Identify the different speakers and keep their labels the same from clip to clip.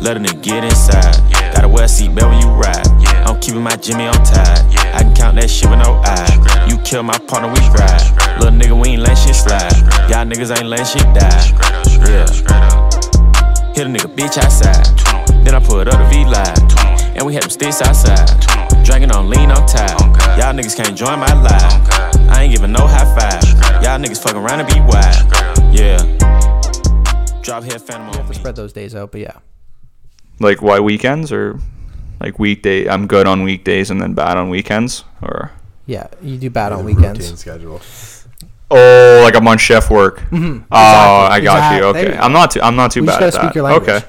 Speaker 1: Loving to get inside.
Speaker 2: Yeah.
Speaker 1: Gotta wear a seatbelt when you ride.
Speaker 2: Yeah.
Speaker 1: I'm keeping my Jimmy on tight.
Speaker 2: Yeah.
Speaker 1: I can count that shit with no eye.
Speaker 2: up.
Speaker 1: You kill my partner, we ride.
Speaker 2: Straight up.
Speaker 1: Little nigga, we ain't letting shit slide.
Speaker 2: Straight up.
Speaker 1: Y'all niggas ain't letting shit die.
Speaker 2: Straight up, straight
Speaker 1: Yeah.
Speaker 2: up, straight up.
Speaker 1: Hit a nigga bitch outside.
Speaker 2: 21,
Speaker 1: Then I pulled up the V live.
Speaker 2: 21.
Speaker 1: And we had them sticks outside.
Speaker 2: 21.
Speaker 1: Drinking on lean, I'm tired.
Speaker 2: On God.
Speaker 1: Y'all niggas can't join my life.
Speaker 2: On God.
Speaker 1: I ain't giving no high five.
Speaker 2: Straight up.
Speaker 1: Y'all niggas fucking around and be wild.
Speaker 2: Straight up.
Speaker 1: Yeah. Drop head phantom on me.
Speaker 3: Spread those days out, but yeah.
Speaker 4: Like why weekends or like weekday? I'm good on weekdays and then bad on weekends or
Speaker 3: Yeah, you do bad on
Speaker 5: Routine
Speaker 3: weekends.
Speaker 5: schedule.
Speaker 4: oh like I'm on chef work.
Speaker 5: Mm-hmm.
Speaker 4: Oh, I got you.
Speaker 3: Exact- there
Speaker 4: Okay,
Speaker 3: you go.
Speaker 4: I'm not too. I'm not too
Speaker 3: We just
Speaker 4: bad at
Speaker 3: gotta
Speaker 4: that.
Speaker 3: speak your language.
Speaker 4: Okay.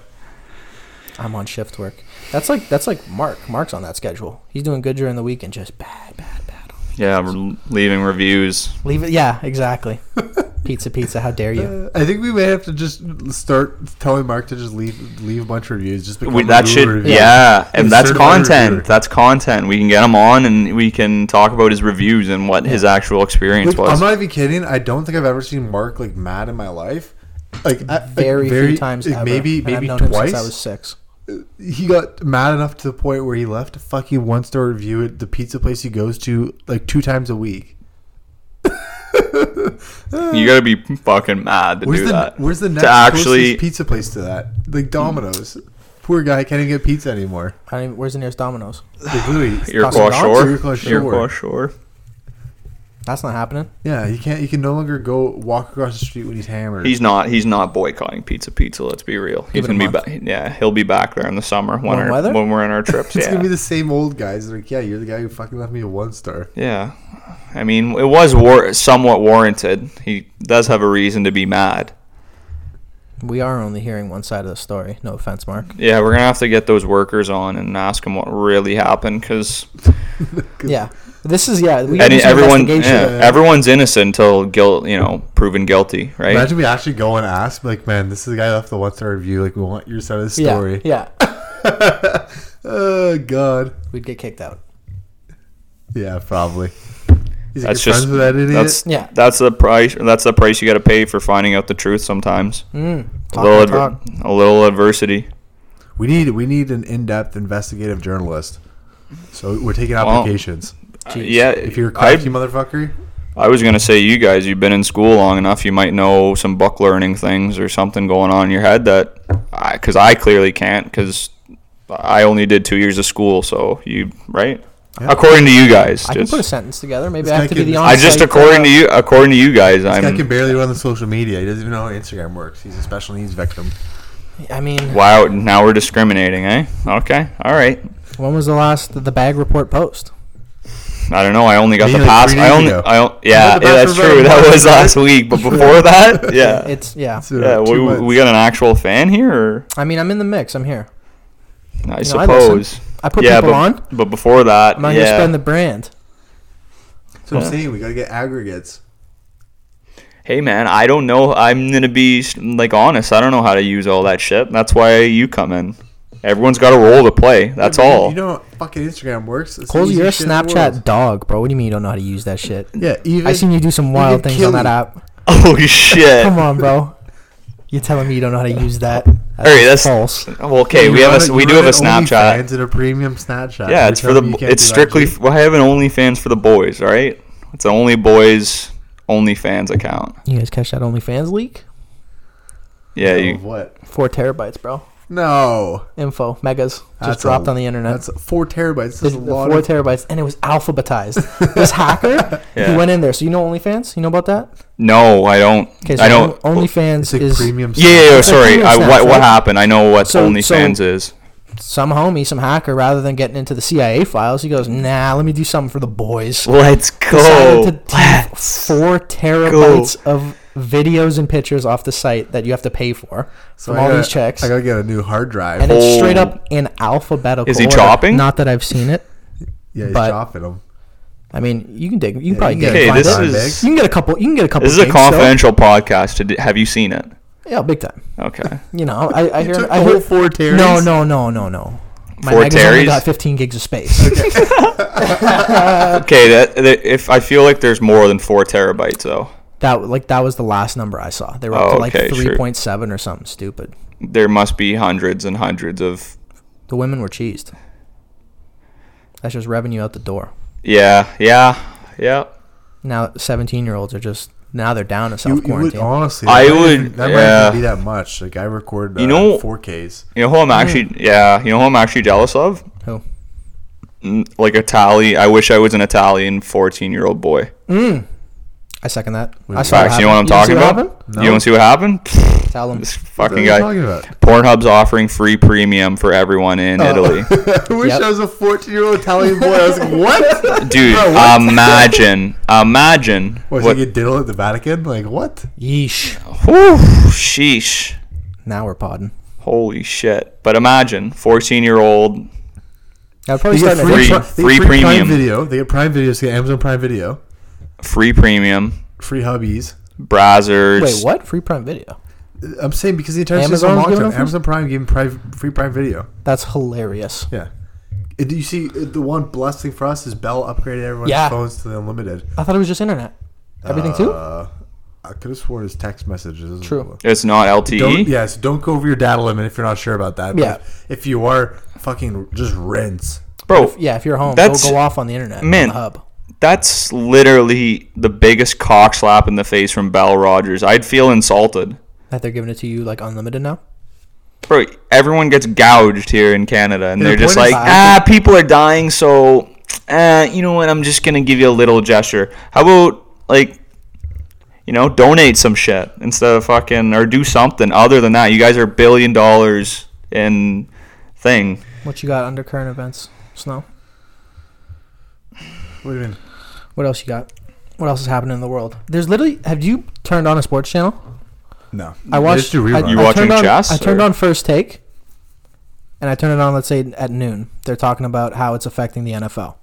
Speaker 3: I'm on shift work. That's like that's like Mark. Mark's on that schedule. He's doing good during the week and just bad, bad, bad.
Speaker 4: Yeah, we're leaving reviews.
Speaker 3: Leave it. Yeah, exactly. pizza, pizza. How dare you?
Speaker 5: I think we may have to just start telling Mark to just leave leave a bunch of reviews. Just become
Speaker 4: We,
Speaker 5: a
Speaker 4: that
Speaker 5: Google
Speaker 4: should
Speaker 5: review.
Speaker 4: yeah, and
Speaker 5: He's
Speaker 4: that's
Speaker 5: certified
Speaker 4: content.
Speaker 5: reviewer.
Speaker 4: That's content. We can get him on, and we can talk about his reviews and what his actual experience
Speaker 5: Like,
Speaker 4: was.
Speaker 5: I'm not even kidding. I don't think I've ever seen Mark like mad in my life. Like at- like,
Speaker 3: Very, few times.
Speaker 5: like,
Speaker 3: ever.
Speaker 5: Maybe
Speaker 3: And
Speaker 5: maybe
Speaker 3: I've known Him
Speaker 5: twice.
Speaker 3: since I was six.
Speaker 5: he got mad enough to the point where he left a fucking one star review at the pizza place he goes to like two times a week.
Speaker 4: you gotta be fucking mad to
Speaker 5: Where's
Speaker 4: do
Speaker 5: the
Speaker 4: that.
Speaker 5: Where's the next
Speaker 4: to actually? Mm.
Speaker 5: closest pizza place to that? Like Domino's. Poor guy can't even get pizza anymore.
Speaker 3: I don't even, where's the nearest Domino's?
Speaker 5: Like, literally,
Speaker 4: Iroquois
Speaker 3: Wisconsin
Speaker 4: Shore.
Speaker 5: Iroquois Shore.
Speaker 4: Iroquois Shore.
Speaker 3: That's not happening.
Speaker 5: yeah, he can't. He can no longer go walk across the street when he's hammered.
Speaker 4: He's not. He's not boycotting Pizza Pizza. Let's be real.
Speaker 3: it
Speaker 4: He's
Speaker 3: a
Speaker 4: gonna be
Speaker 3: month.
Speaker 4: back. Yeah, he'll be back there in the summer when,
Speaker 3: Warm
Speaker 4: our,
Speaker 3: weather?
Speaker 4: when we're in our trips.
Speaker 5: it's
Speaker 4: yeah.
Speaker 5: gonna be the same old guys. Like, yeah, you're the guy who fucking left me a one star.
Speaker 4: yeah. I mean, it was war- somewhat warranted. He does have a reason to be mad.
Speaker 3: We are only hearing one side of the story. No offense, Mark.
Speaker 4: Yeah, we're gonna have to get those workers on and ask them what really happened because
Speaker 3: Yeah, this is yeah. We
Speaker 4: and
Speaker 3: do some
Speaker 4: everyone,
Speaker 3: investigation.
Speaker 4: yeah, everyone's innocent until guilt, you know, proven guilty, right?
Speaker 5: Imagine we actually go and ask, like, man, this is the guy who left the one star review. Like, we want your side of the
Speaker 3: Yeah,
Speaker 5: story.
Speaker 3: Yeah,
Speaker 5: Oh God.
Speaker 3: we'd get kicked out.
Speaker 5: Yeah, probably. He's like,
Speaker 4: that's
Speaker 5: that's you're
Speaker 4: just
Speaker 5: friends with that idiot.
Speaker 4: that's
Speaker 3: Yeah.
Speaker 4: that's the price. That's the price you got to pay for finding out the truth. Sometimes
Speaker 3: Mm,
Speaker 4: a
Speaker 3: talk
Speaker 4: little,
Speaker 3: my
Speaker 4: adver-
Speaker 3: talk.
Speaker 4: a little adversity.
Speaker 5: we need we need an in depth investigative journalist. So we're taking
Speaker 4: Well,
Speaker 5: applications.
Speaker 4: Uh, yeah,
Speaker 5: if you're a cocky
Speaker 4: I,
Speaker 5: motherfucker,
Speaker 4: I was gonna say you guys, you've been in school long enough. You might know some buck learning things or something going on in your head that, because I, clearly can't, because I only did two years of school. So you right? According to you guys,
Speaker 3: I can
Speaker 4: just,
Speaker 3: put a sentence together. Maybe
Speaker 5: This
Speaker 3: I
Speaker 5: guy
Speaker 3: have to be
Speaker 5: can-
Speaker 3: the
Speaker 5: I
Speaker 4: I
Speaker 3: honest.
Speaker 4: just according to you, according to you guys,
Speaker 5: uh, this guy
Speaker 4: I'm
Speaker 5: can barely run the social media. He doesn't even know how Instagram works. He's a special needs victim.
Speaker 3: I mean,
Speaker 4: Wow, now we're discriminating, eh? Okay, all right.
Speaker 3: when was the last the bag report post?
Speaker 4: I don't know. I only got
Speaker 5: Maybe
Speaker 4: the
Speaker 5: like
Speaker 4: past.
Speaker 5: three
Speaker 4: I
Speaker 5: days
Speaker 4: only.
Speaker 5: ago.
Speaker 4: I don't, yeah,
Speaker 5: Not the
Speaker 4: yeah,
Speaker 5: past
Speaker 4: that's
Speaker 5: review,
Speaker 4: true. That
Speaker 5: but-
Speaker 4: was last week, but before that,
Speaker 5: Uh,
Speaker 4: yeah,
Speaker 3: It's yeah.
Speaker 5: So,
Speaker 4: yeah.
Speaker 5: two
Speaker 4: We,
Speaker 5: months.
Speaker 4: we got an actual fan here, or
Speaker 3: I mean, I'm in the mix. I'm here.
Speaker 4: I
Speaker 3: You know, I
Speaker 4: suppose.
Speaker 3: I put
Speaker 4: yeah,
Speaker 3: people
Speaker 4: but,
Speaker 3: on.
Speaker 4: but before that,
Speaker 3: I'm not gonna
Speaker 4: yeah,
Speaker 3: spend the brand.
Speaker 5: so I'm
Speaker 4: Yeah.
Speaker 5: saying we gotta get aggregates.
Speaker 4: hey man, I don't know. I'm gonna be like honest. I don't know how to use all that shit. That's why you come in. Everyone's got a role to play. That's
Speaker 5: Yeah, man,
Speaker 4: all.
Speaker 5: You know how fucking Instagram works. It's the
Speaker 3: Cole, you're a
Speaker 5: easiest shit in the
Speaker 3: Snapchat
Speaker 5: world.
Speaker 3: dog, bro. What do you mean you don't know how to use that shit?
Speaker 5: Yeah, even
Speaker 3: I seen you do some
Speaker 5: you
Speaker 3: wild
Speaker 5: can
Speaker 3: things
Speaker 5: kill
Speaker 3: on that
Speaker 5: me.
Speaker 3: app.
Speaker 4: oh shit.
Speaker 3: Come on, bro. You're telling me you don't know how to use that?
Speaker 4: Alright, that's-
Speaker 3: false.
Speaker 4: Well, okay,
Speaker 5: You
Speaker 4: we have
Speaker 5: run
Speaker 4: a
Speaker 5: you
Speaker 4: we do
Speaker 5: run
Speaker 4: have a
Speaker 5: an
Speaker 4: Snapchat.
Speaker 5: OnlyFans and a premium Snapchat.
Speaker 4: Yeah,
Speaker 5: You're
Speaker 4: it's for
Speaker 5: telling
Speaker 4: the.
Speaker 5: me you
Speaker 4: bo-
Speaker 5: can't
Speaker 4: It's
Speaker 5: do that
Speaker 4: strictly.
Speaker 5: shit?
Speaker 4: Well, I have an OnlyFans for the boys. All right, it's an only boys OnlyFans account.
Speaker 3: You guys catch that OnlyFans leak?
Speaker 4: Yeah,
Speaker 5: Of
Speaker 4: you,
Speaker 5: Oh, what?
Speaker 3: Four terabytes, bro.
Speaker 5: No,
Speaker 3: Info megas just
Speaker 5: That's
Speaker 3: dropped
Speaker 5: a-
Speaker 3: on the internet.
Speaker 5: that's four terabytes.
Speaker 3: The-
Speaker 5: That's a
Speaker 3: the
Speaker 5: lot.
Speaker 3: four
Speaker 5: of,
Speaker 3: terabytes, and it was alphabetized. this hacker, he
Speaker 4: Yeah.
Speaker 3: went in there. So you know OnlyFans? You know about that?
Speaker 4: no, I don't.
Speaker 3: Okay, so
Speaker 4: I don't.
Speaker 3: On-
Speaker 5: it's
Speaker 3: OnlyFans
Speaker 5: like
Speaker 3: is
Speaker 5: premium.
Speaker 4: yeah, yeah, yeah,
Speaker 3: It's like
Speaker 4: sorry.
Speaker 3: premium
Speaker 4: I,
Speaker 3: snaps,
Speaker 4: what what
Speaker 3: right?
Speaker 4: happened? I know what
Speaker 3: So-
Speaker 4: OnlyFans
Speaker 3: so-
Speaker 4: is.
Speaker 3: some homie, some hacker. Rather than getting into the CIA files, he goes, "Nah, let me do something for the boys."
Speaker 4: Let's
Speaker 3: Decided
Speaker 4: go.
Speaker 3: to take four terabytes of videos and pictures off the site that you have to pay for
Speaker 5: So
Speaker 3: from
Speaker 5: I
Speaker 3: all
Speaker 5: gotta-
Speaker 3: these checks,
Speaker 5: I gotta get a new hard drive.
Speaker 3: and it's straight
Speaker 4: Oh.
Speaker 3: up in alphabetical.
Speaker 4: Is he
Speaker 3: order.
Speaker 4: chopping?
Speaker 3: Not that I've seen it.
Speaker 5: yeah, he's
Speaker 3: but-
Speaker 5: chopping them.
Speaker 3: I mean, you can dig. You can
Speaker 5: Yeah,
Speaker 3: probably
Speaker 5: you
Speaker 3: get.
Speaker 5: can
Speaker 3: it.
Speaker 4: Okay,
Speaker 3: find
Speaker 4: this
Speaker 3: it.
Speaker 5: Find
Speaker 4: is
Speaker 3: You can get a couple. You can get a couple.
Speaker 4: this is a
Speaker 3: things still.
Speaker 4: confidential podcast. To d- have you seen it?
Speaker 3: Yeah, big time.
Speaker 4: Okay.
Speaker 3: You know, I, I hear.
Speaker 5: took
Speaker 3: I
Speaker 5: the whole
Speaker 3: hear
Speaker 5: four Terrys?
Speaker 3: No, no, no, no, no. My
Speaker 4: Four
Speaker 3: magazine only
Speaker 4: Terrys?
Speaker 3: got 15 gigs of space.
Speaker 4: Okay. That, that if I feel like there's more than four terabytes though.
Speaker 3: That like that was the last number I saw. They were up
Speaker 4: Oh,
Speaker 3: to like
Speaker 4: okay, sure.
Speaker 3: 3.7 or something stupid.
Speaker 4: there must be hundreds and hundreds of
Speaker 3: The women were cheesed. That's just revenue out the door.
Speaker 4: yeah, yeah, yeah.
Speaker 3: Now, seventeen-year-olds are just now they're down to
Speaker 5: You,
Speaker 3: self
Speaker 5: you would
Speaker 3: quarantine.
Speaker 5: honestly.
Speaker 4: I
Speaker 5: that might
Speaker 4: would-
Speaker 5: even- That might
Speaker 4: yeah.
Speaker 5: not be that much. Like I record. Uh,
Speaker 4: You know-
Speaker 5: 4Ks.
Speaker 4: You know who I'm actually yeah, you know who I'm actually jealous of?
Speaker 3: Hmm. Who?
Speaker 4: Mm, Like Italian. I wish I was an Italian 14 year old boy.
Speaker 3: I second that.
Speaker 5: Wait,
Speaker 3: I saw
Speaker 4: Facts. You know what I'm
Speaker 3: happened.
Speaker 4: talking
Speaker 3: You see
Speaker 4: about?
Speaker 3: what happened?
Speaker 5: No.
Speaker 4: You don't see what happened? Pfft,
Speaker 3: Tell them.
Speaker 4: this
Speaker 5: What are
Speaker 4: fucking
Speaker 5: you
Speaker 4: guy.
Speaker 5: talking about?
Speaker 4: Pornhub's offering free premium for everyone in
Speaker 3: Oh.
Speaker 4: Oh. Italy.
Speaker 5: I wish
Speaker 3: Yep.
Speaker 5: I was a 14 year old Italian boy. I was like, what?
Speaker 4: Dude,
Speaker 5: Bro, what?
Speaker 4: imagine, imagine.
Speaker 5: Was
Speaker 4: what-
Speaker 5: he a diddle at the Vatican? Like what?
Speaker 3: Yeesh.
Speaker 4: Whew, sheesh.
Speaker 3: Now we're podding.
Speaker 4: Holy shit. But imagine 14 year old.
Speaker 3: I'd probably
Speaker 5: They
Speaker 3: start at
Speaker 5: get
Speaker 4: free-
Speaker 5: pri-
Speaker 3: eight.
Speaker 5: they get
Speaker 4: free premium.
Speaker 5: Prime video. They get Prime Video. They get Amazon Prime Video.
Speaker 4: Free premium,
Speaker 5: Free hubbies.
Speaker 4: Brazzers.
Speaker 3: Wait, what? Free Prime Video.
Speaker 5: I'm saying because the entire
Speaker 3: Amazon's
Speaker 5: Amazon long
Speaker 3: giving
Speaker 5: time.
Speaker 3: them free-
Speaker 5: Amazon Prime gave him prime, free Prime Video.
Speaker 3: That's hilarious.
Speaker 5: Yeah. And do you see uh, the one blessing for us is Bell upgraded everyone's
Speaker 3: Yeah.
Speaker 5: phones to the unlimited.
Speaker 3: I thought it was just internet. Everything too.
Speaker 5: Uh, I could have sworn it's text messages.
Speaker 3: True.
Speaker 4: It's not E. LTE.
Speaker 5: Don't, yeah, so don't go over your data limit if you're not sure about that. But
Speaker 3: Yeah.
Speaker 5: If, if you are, fucking just rinse.
Speaker 4: Bro,
Speaker 3: Yeah, if you're home, go
Speaker 4: That's-
Speaker 3: go off on the internet.
Speaker 4: Man.
Speaker 3: on the hub.
Speaker 4: That's literally the biggest cock slap in the face from Bell Rogers. I'd feel insulted.
Speaker 3: That they're giving it to you like unlimited now.
Speaker 4: Bro, everyone gets gouged here in Canada, and
Speaker 5: Yeah,
Speaker 4: they're
Speaker 5: the
Speaker 4: just
Speaker 5: point
Speaker 4: like,
Speaker 5: is-
Speaker 4: ah, people are dying, so, uh, you know what, I'm just going to give you a little gesture. How about, like, you know, donate some shit instead of fucking, or do something other than that. You guys are billion dollars in thing.
Speaker 3: What you got under current events? Snow.
Speaker 5: What do you mean?
Speaker 3: What else you got? What else is happening in the world? There's literally. Have you turned on a sports channel?
Speaker 5: No.
Speaker 3: I watched.
Speaker 5: Just do
Speaker 3: I,
Speaker 5: reruns.
Speaker 4: You
Speaker 3: I
Speaker 4: watching
Speaker 3: turned on,
Speaker 4: chess,
Speaker 3: I turned
Speaker 4: or-
Speaker 3: on First Take, and I turned it on. Let's say at noon. They're talking about how it's affecting the NFL.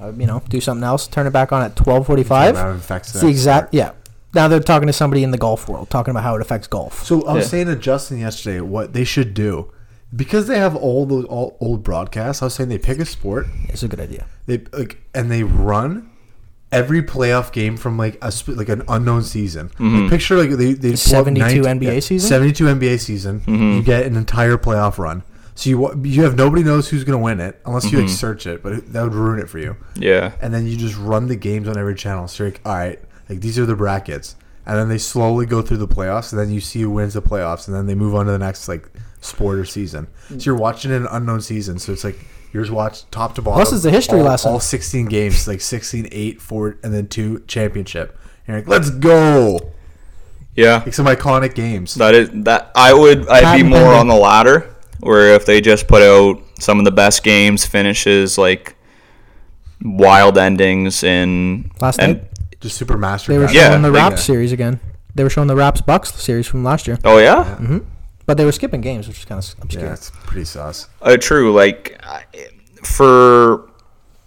Speaker 3: Uh, you know, do something else. Turn it back on at twelve forty-five. It's
Speaker 4: uh,
Speaker 3: the exact. Yeah. Now they're talking to somebody in the golf world, talking about how it affects golf.
Speaker 5: So I was
Speaker 4: Yeah.
Speaker 5: saying to Justin yesterday what they should do because they have all those all old broadcasts. I was saying they pick a sport,
Speaker 3: It's a good idea.
Speaker 5: they like, and they run every playoff game from like a sp- like an unknown season. Like, picture like they they pull up
Speaker 3: 72 NBA
Speaker 5: yeah,
Speaker 3: season?
Speaker 5: seventy two NBA season. You get an entire playoff run. So you wa- you have nobody knows who's gonna win it unless you like search it, but that would ruin it for you.
Speaker 4: Yeah.
Speaker 5: and then you just run the games on every channel. So you're like, all right, like these are the brackets, and then they slowly go through the playoffs, and then you see who wins the playoffs, and then they move on to the next like sport or season. So you're watching an unknown season. So it's like you're just watch top to bottom.
Speaker 3: Plus it's a history
Speaker 5: all,
Speaker 3: lesson.
Speaker 5: All 16 games, like 16, 8, 4, and then two championship. And you're like, let's go!
Speaker 4: Yeah.
Speaker 5: Like some iconic games.
Speaker 4: That is that I would I'd be
Speaker 3: Patent
Speaker 4: more
Speaker 3: pending.
Speaker 4: on the latter, where if they just put out some of the best games, finishes like wild endings in
Speaker 3: Last
Speaker 4: and,
Speaker 3: night
Speaker 5: Just super master.
Speaker 3: they were
Speaker 5: class.
Speaker 4: Yeah.
Speaker 3: showing the
Speaker 4: like-
Speaker 3: Raps series again. They were showing the Raps Bucks series from last year,
Speaker 4: Oh yeah,
Speaker 3: but they were skipping games, which is kind of obscure.
Speaker 5: Yeah, it's pretty sauce.
Speaker 4: Uh, true. Like I- for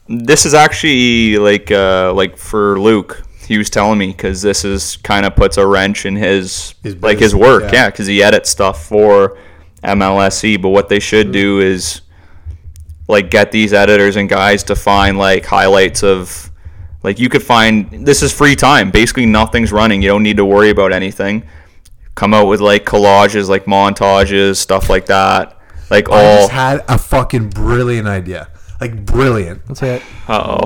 Speaker 4: this is actually like uh, like for Luke, he was telling me because this is kind of puts a wrench in his,
Speaker 5: His
Speaker 4: like his
Speaker 5: business,
Speaker 4: work.
Speaker 5: yeah.
Speaker 4: Yeah, because he edits stuff for MLSE. E, But what they should do is like get these editors and guys to find like highlights of like you could find this is free time. Basically, nothing's running. You don't need to worry about anything. Come out with like collages, like montages, stuff like that. Like all
Speaker 5: I just had a fucking brilliant idea. Like, brilliant.
Speaker 3: Let's hear it.
Speaker 4: Uh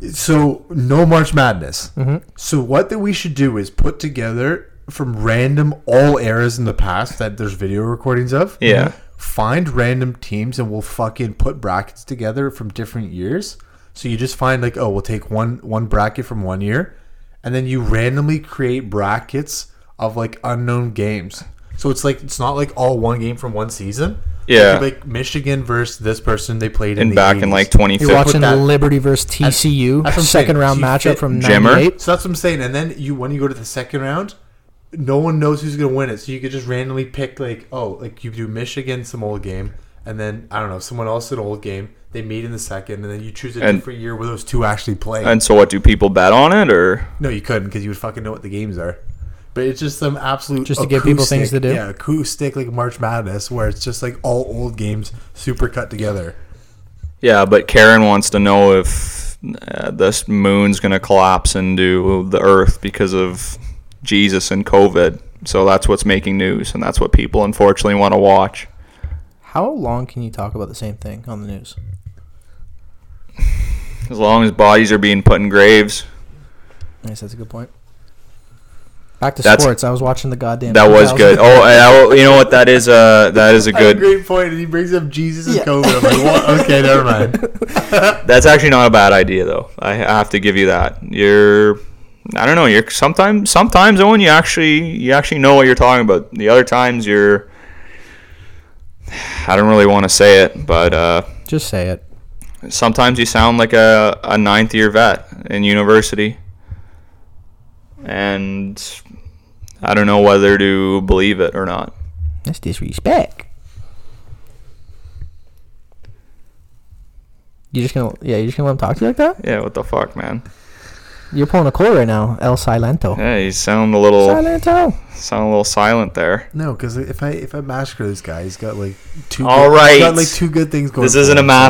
Speaker 4: oh.
Speaker 5: So no March Madness.
Speaker 4: Mm-hmm.
Speaker 5: So what that we should do is put together from random all eras in the past that there's video recordings of.
Speaker 4: Yeah.
Speaker 5: Find random teams and we'll fucking put brackets together from different years. So you just find like oh we'll take one one bracket from one year, and then you randomly create brackets of like unknown games. So it's like it's not like all one game from one season.
Speaker 4: Yeah.
Speaker 5: It could be, like Michigan versus this person they played in
Speaker 4: And
Speaker 5: the
Speaker 4: back in
Speaker 5: 80s.
Speaker 4: like
Speaker 3: You're
Speaker 4: 2015.
Speaker 3: watching
Speaker 5: that-
Speaker 3: Liberty versus TCU,
Speaker 5: that's what I'm saying.
Speaker 3: second round
Speaker 5: Do you
Speaker 3: matchup
Speaker 5: fit
Speaker 3: from
Speaker 4: Jimmer?
Speaker 3: '98.
Speaker 5: So that's what I'm saying. And then you when you go to the second round, no one knows who's gonna win it. So you could just randomly pick like, oh, like you do Michigan some old game, and then I don't know, someone else an old game. They meet in the second, and then you choose a
Speaker 4: And-
Speaker 5: different year where those two actually play.
Speaker 4: And so, what do people bet on it, or
Speaker 5: no, you couldn't because you would fucking know what the games are. But it's just some absolute
Speaker 3: Just to give people things to
Speaker 5: acoustic-
Speaker 3: do?
Speaker 5: Yeah, acoustic like March Madness, where it's just like all old games super cut together.
Speaker 4: yeah? But Karen wants to know if uh, this moon's gonna collapse into the earth because of Jesus and COVID. So that's what's making news, and that's what people unfortunately want to watch.
Speaker 3: How long can you talk about the same thing on the news?
Speaker 4: As long as bodies are being put in graves,
Speaker 3: I guess that's a good point. Back to
Speaker 4: That's-
Speaker 3: sports. I was watching the goddamn.
Speaker 4: that was
Speaker 3: 2000.
Speaker 4: good. Oh, and I will- you know what? That is a that is a
Speaker 5: That's a
Speaker 4: good.
Speaker 5: great point, and he brings up Jesus and
Speaker 3: Yeah.
Speaker 5: COVID. I'm like, what? okay, never mind.
Speaker 4: That's actually not a bad idea, though. I have to give you that. You're, I don't know. You're sometimes sometimes Owen, you actually you actually know what you're talking about. The other times you're, I don't really want to say it, but uh,
Speaker 3: Just say it.
Speaker 4: sometimes you sound like a, a ninth year vet in university. And I don't know whether to believe it or not.
Speaker 3: That's disrespect. You just gonna yeah? You just gonna let him talk to you like that?
Speaker 4: Yeah, what the fuck, man?
Speaker 3: You're pulling a cord right now, El Silento.
Speaker 4: Yeah, you sound a little
Speaker 3: Silento.
Speaker 4: sound a little silent there.
Speaker 5: No, because if I if I massacre this guy, he's got like two.
Speaker 4: All
Speaker 5: good, he's
Speaker 4: right.
Speaker 5: got like two good things going.
Speaker 4: This
Speaker 5: for
Speaker 4: isn't a
Speaker 5: him, so, like,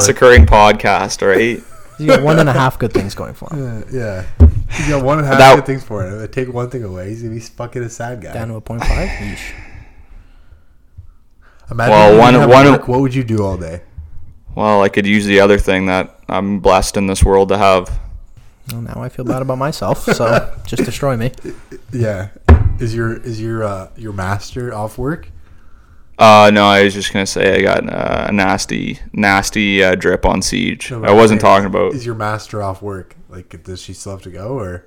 Speaker 4: massacring podcast, right?
Speaker 3: You got one and a half good things going for him.
Speaker 5: Uh, yeah, he's got one and a half
Speaker 4: That-
Speaker 5: good things for him. If I take one thing away, he's gonna be fucking a sad guy.
Speaker 3: Down to a point five. Yeesh.
Speaker 5: Imagine
Speaker 4: Well,
Speaker 5: if you
Speaker 4: one-
Speaker 5: didn't have
Speaker 4: one-
Speaker 5: work, what would you do all day?
Speaker 4: Well, I could use the other thing that I'm blessed in this world to have.
Speaker 3: Well, now I feel bad about myself. So just destroy me.
Speaker 5: Yeah, is your is your uh, your master off work?
Speaker 4: Uh, no, I was just gonna say I got uh, a nasty, nasty uh, drip on Siege.
Speaker 5: No,
Speaker 4: I wasn't
Speaker 5: but
Speaker 4: talking
Speaker 5: is-
Speaker 4: about
Speaker 5: Is your master off work? Like, does she still have to go, or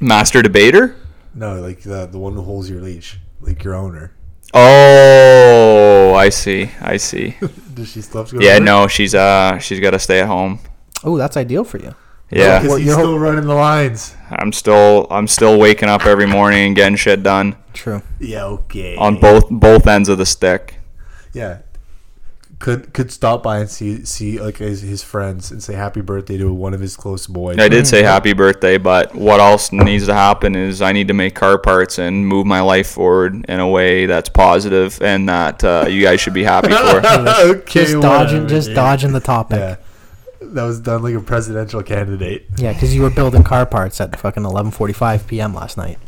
Speaker 4: master debater.
Speaker 5: no? Like the the one who holds your leash, like your owner.
Speaker 4: Oh, I see. I see.
Speaker 5: Does she still have to go? to
Speaker 4: Yeah,
Speaker 5: work?
Speaker 4: no, she's uh, she's got to stay at home.
Speaker 3: Oh, that's ideal for you.
Speaker 4: Yeah,
Speaker 5: because
Speaker 3: Well,
Speaker 5: he's
Speaker 3: you're-
Speaker 5: still running the lines.
Speaker 4: I'm still, I'm still waking up every morning and getting shit done
Speaker 3: True.
Speaker 5: Yeah, okay.
Speaker 4: on both both ends of the stick.
Speaker 5: Yeah. Could could stop by and see see like his, his friends and say happy birthday to one of his close boys.
Speaker 4: I did say happy birthday, but what else needs to happen is I need to make car parts and move my life forward in a way that's positive and that uh, you guys should be happy for.
Speaker 5: okay,
Speaker 3: Just dodging,
Speaker 5: whatever,
Speaker 3: just
Speaker 5: dude.
Speaker 3: dodging the topic.
Speaker 5: Yeah, that was done like a presidential candidate.
Speaker 3: Yeah, because you were building car parts at fucking 11:45 p.m. last night.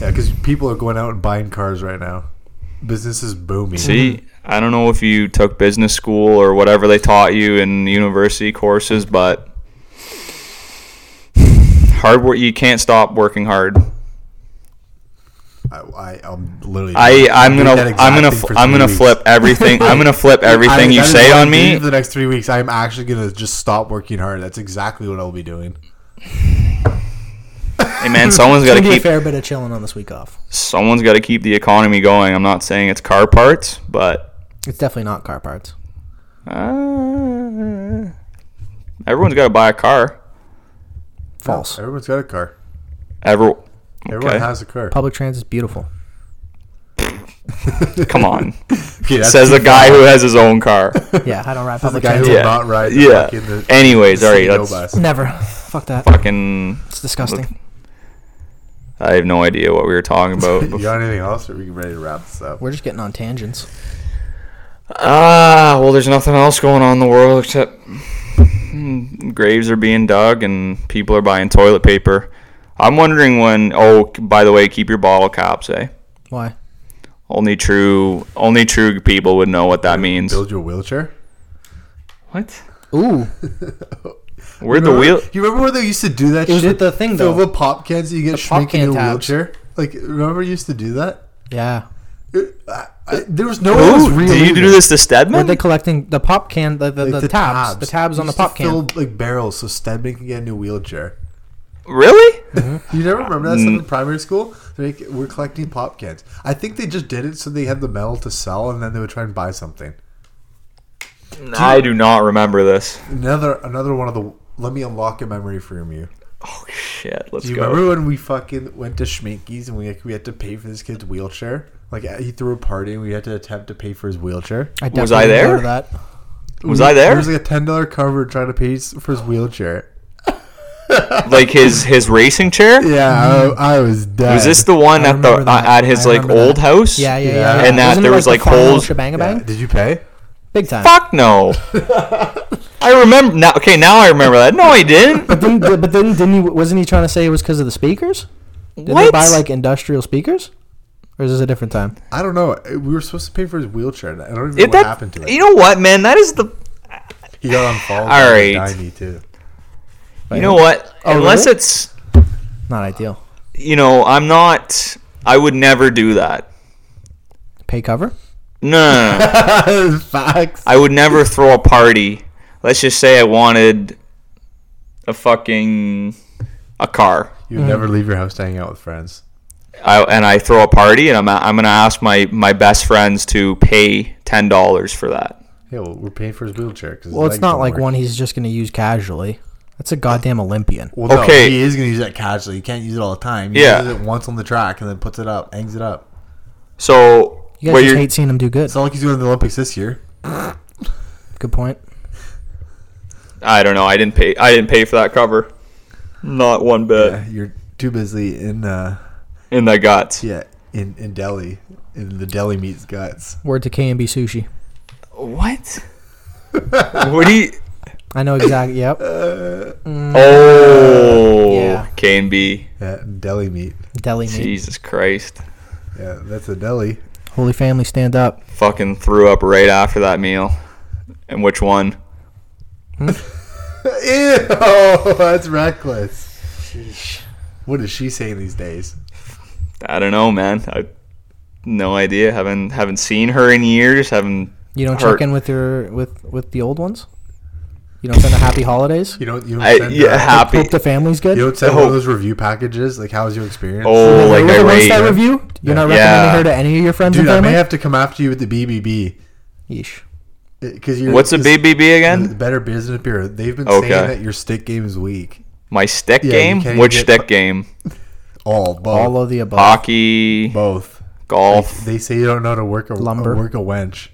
Speaker 5: Yeah, because people are going out and buying cars right now. Business is booming.
Speaker 4: See, I don't know if you took business school or whatever they taught you in university courses, but hard work you can't stop working hard.
Speaker 5: I, I I'm literally.
Speaker 4: I I'm
Speaker 5: doing that
Speaker 4: gonna
Speaker 5: exact
Speaker 4: I'm gonna
Speaker 5: thing
Speaker 4: fl-
Speaker 5: for
Speaker 4: I'm
Speaker 5: three
Speaker 4: gonna
Speaker 5: weeks.
Speaker 4: flip everything I'm gonna flip everything
Speaker 5: I-
Speaker 4: you
Speaker 5: that is
Speaker 4: say
Speaker 5: what I'm
Speaker 4: on
Speaker 5: doing
Speaker 4: me.
Speaker 5: for the next three weeks. I'm actually gonna just stop working hard. That's exactly what I'll be doing.
Speaker 4: Hey man, someone's
Speaker 3: It's
Speaker 4: gotta
Speaker 3: gonna be a
Speaker 4: keep
Speaker 3: fair bit of chilling on this week off.
Speaker 4: someone's got to keep the economy going. I'm not saying it's car parts, but
Speaker 3: It's definitely not car parts.
Speaker 4: uh, everyone's got to buy a car.
Speaker 3: False.
Speaker 5: Everyone's got a car.
Speaker 4: Ever,
Speaker 5: Everyone
Speaker 4: okay.
Speaker 5: has a car.
Speaker 3: Public transit's beautiful.
Speaker 4: come on,
Speaker 5: Okay, that's
Speaker 4: says
Speaker 5: too
Speaker 4: the guy who has his own car.
Speaker 3: Yeah, I don't ride
Speaker 5: That's the
Speaker 3: public
Speaker 5: guy who
Speaker 3: transit.
Speaker 5: will
Speaker 4: Yeah.
Speaker 5: not ride. The
Speaker 4: yeah.
Speaker 5: Fucking, the,
Speaker 4: Anyways, all right,
Speaker 5: CEO
Speaker 4: let's
Speaker 5: bus.
Speaker 3: Never. Fuck that.
Speaker 4: fucking.
Speaker 3: It's disgusting.
Speaker 4: I have no idea what we were talking about.
Speaker 5: you got anything else, or we ready to wrap this up?
Speaker 3: We're just getting on tangents.
Speaker 4: Ah, well, there's nothing else going on in the world except mm, graves are being dug and people are buying toilet paper. I'm wondering when. Oh, by the way, keep your bottle caps, eh?
Speaker 3: Why?
Speaker 4: Only true, only true people would know what that means.
Speaker 5: Build your wheelchair.
Speaker 4: What?
Speaker 3: Ooh,
Speaker 4: Where'd the
Speaker 5: Remember-
Speaker 4: wheel?
Speaker 5: You remember when they used to do that?
Speaker 3: It was
Speaker 5: shit?
Speaker 3: with the thing,
Speaker 5: Fill
Speaker 3: though.
Speaker 5: the pop cans that you get
Speaker 3: pop
Speaker 5: schmick in
Speaker 3: can
Speaker 5: your
Speaker 3: tabs.
Speaker 5: wheelchair. Like remember, you used to do that.
Speaker 3: yeah.
Speaker 5: It- I, I, there was no. one
Speaker 4: Who?
Speaker 5: was
Speaker 4: Did you
Speaker 5: reeling
Speaker 4: do
Speaker 5: it.
Speaker 4: this to
Speaker 3: Were
Speaker 4: Stedman?
Speaker 3: they collecting the pop can, the the,
Speaker 5: Like,
Speaker 3: the, tabs, the tabs
Speaker 5: You
Speaker 3: on the
Speaker 5: used to
Speaker 3: pop can?
Speaker 5: Fill like barrels so Stedman can get a new wheelchair.
Speaker 4: really?
Speaker 5: You
Speaker 4: Ah,
Speaker 5: never remember that stuff
Speaker 4: mm.
Speaker 5: in primary school? They're Like, we're collecting pop cans. I think they just did it so they had the metal to sell, and then they would try and buy something.
Speaker 4: I do not remember this.
Speaker 5: Another another one of the. Let me unlock a memory from you.
Speaker 4: Oh shit! Let's
Speaker 5: Do you
Speaker 4: go.
Speaker 5: remember when we fucking went to Schminkies and we like, we had to pay for this kid's wheelchair? Like he threw a party and we had to attempt to pay for his wheelchair.
Speaker 3: I
Speaker 4: Was
Speaker 3: definitely didn't go
Speaker 4: I there?
Speaker 3: to that.
Speaker 4: Was I there?
Speaker 5: There was like a ten dollar cover trying to pay s- for his wheelchair.
Speaker 4: Like his his racing chair?
Speaker 5: Yeah, I, I was dead.
Speaker 4: Was this the one
Speaker 3: I
Speaker 4: at the
Speaker 3: remember that.
Speaker 4: uh, at his
Speaker 3: I
Speaker 4: like
Speaker 3: remember
Speaker 4: old
Speaker 3: that.
Speaker 4: house?
Speaker 3: Yeah, yeah, yeah.
Speaker 5: Yeah.
Speaker 3: yeah.
Speaker 4: And that
Speaker 3: Wasn't it
Speaker 4: there was,
Speaker 3: the
Speaker 4: like,
Speaker 3: farm
Speaker 4: holes-
Speaker 5: Yeah,
Speaker 3: shebangabang,
Speaker 5: Did you pay?
Speaker 3: big time.
Speaker 4: Fuck no. I remember now. Okay, now I remember that. No, I didn't.
Speaker 3: But then, but then, didn't he? Wasn't he trying to say it was because of the speakers? Did
Speaker 4: What?
Speaker 3: they buy like industrial speakers? Or is this a different time?
Speaker 5: I don't know. Uh, We were supposed to pay for his wheelchair. and I don't even know
Speaker 4: It,
Speaker 5: what
Speaker 4: that,
Speaker 5: happened to it.
Speaker 4: You know what, man? That is the.
Speaker 5: he got unfollowed.
Speaker 4: All
Speaker 5: by
Speaker 4: right.
Speaker 5: Diney, too.
Speaker 4: You know what?
Speaker 3: Oh,
Speaker 4: Unless
Speaker 3: really?
Speaker 4: it's,
Speaker 3: Not ideal.
Speaker 4: you know, I'm not. I would never do that.
Speaker 3: Pay cover?
Speaker 4: No, no, no, no.
Speaker 5: Facts.
Speaker 4: I would never throw a party. Let's just say I wanted a fucking a car.
Speaker 5: You never leave your house to hang out with friends.
Speaker 4: I, and I throw a party, and I'm I'm gonna ask my my best friends to pay ten dollars for that.
Speaker 5: Yeah, well, we're paying for his wheelchair. 'cause his
Speaker 3: Well, it's
Speaker 5: legs
Speaker 3: not
Speaker 5: don't
Speaker 3: like
Speaker 5: work.
Speaker 3: one he's just going to use casually. That's a goddamn Olympian.
Speaker 5: Well, no,
Speaker 4: Okay.
Speaker 5: he is going to use that casually. He can't use it all the time. He
Speaker 4: Yeah.
Speaker 5: uses it once on the track and then puts it up, hangs it up.
Speaker 4: So
Speaker 3: You
Speaker 4: what
Speaker 3: guys just
Speaker 4: you're-
Speaker 3: hate seeing him do good.
Speaker 5: It's not like he's doing the Olympics this year.
Speaker 3: Good point.
Speaker 4: I don't know. I didn't pay. I didn't pay for that cover. Not one bit
Speaker 5: Yeah, you're too busy in uh,
Speaker 4: in the guts.
Speaker 5: yeah in, in Delhi in the Delhi meats guts.
Speaker 3: Word to K and B Sushi.
Speaker 4: What? what do you?
Speaker 3: I know exactly. Yep.
Speaker 4: Oh,
Speaker 3: Yeah.
Speaker 4: K and B.
Speaker 5: Yeah, Delhi meat.
Speaker 3: Deli meat.
Speaker 4: Jesus Christ!
Speaker 5: Yeah, that's a deli.
Speaker 3: Holy family, stand up.
Speaker 4: Fucking threw up right after that meal. And which one?
Speaker 5: Ew, that's reckless. What is she saying these days?
Speaker 4: I don't know, man. I no idea. Haven't haven't seen her in years. Haven't.
Speaker 3: You don't
Speaker 4: Hurt.
Speaker 3: check in with your with with the old ones. You don't send a happy holidays.
Speaker 5: You don't. You don't.
Speaker 4: I,
Speaker 5: send,
Speaker 4: yeah,
Speaker 5: uh,
Speaker 4: happy.
Speaker 3: Hope the family's good.
Speaker 5: you
Speaker 3: You
Speaker 5: don't send one
Speaker 4: Oh.
Speaker 5: of those review packages. Like, how's your experience?
Speaker 4: Oh, like
Speaker 3: the
Speaker 4: irate.
Speaker 3: one-star review. You're not recommending
Speaker 4: Yeah.
Speaker 3: her to any of your friends
Speaker 5: dude,
Speaker 3: and
Speaker 5: I may
Speaker 3: family.
Speaker 5: have to come after you with the BBB
Speaker 3: Yeesh.
Speaker 5: because you're.
Speaker 4: What's a
Speaker 5: just-
Speaker 4: BBB
Speaker 5: The
Speaker 4: again?
Speaker 5: Better Business Bureau. They've been
Speaker 4: Okay.
Speaker 5: saying that your stick game is weak.
Speaker 4: My stick
Speaker 5: Yeah, you can't
Speaker 4: game.
Speaker 5: even
Speaker 4: Which
Speaker 5: get-
Speaker 4: stick game?
Speaker 5: All,
Speaker 4: Oh.
Speaker 5: both,
Speaker 3: All of the above.
Speaker 4: Hockey,
Speaker 5: both.
Speaker 4: golf.
Speaker 5: They say you don't know how to work a
Speaker 3: Lumber.
Speaker 5: work a wench.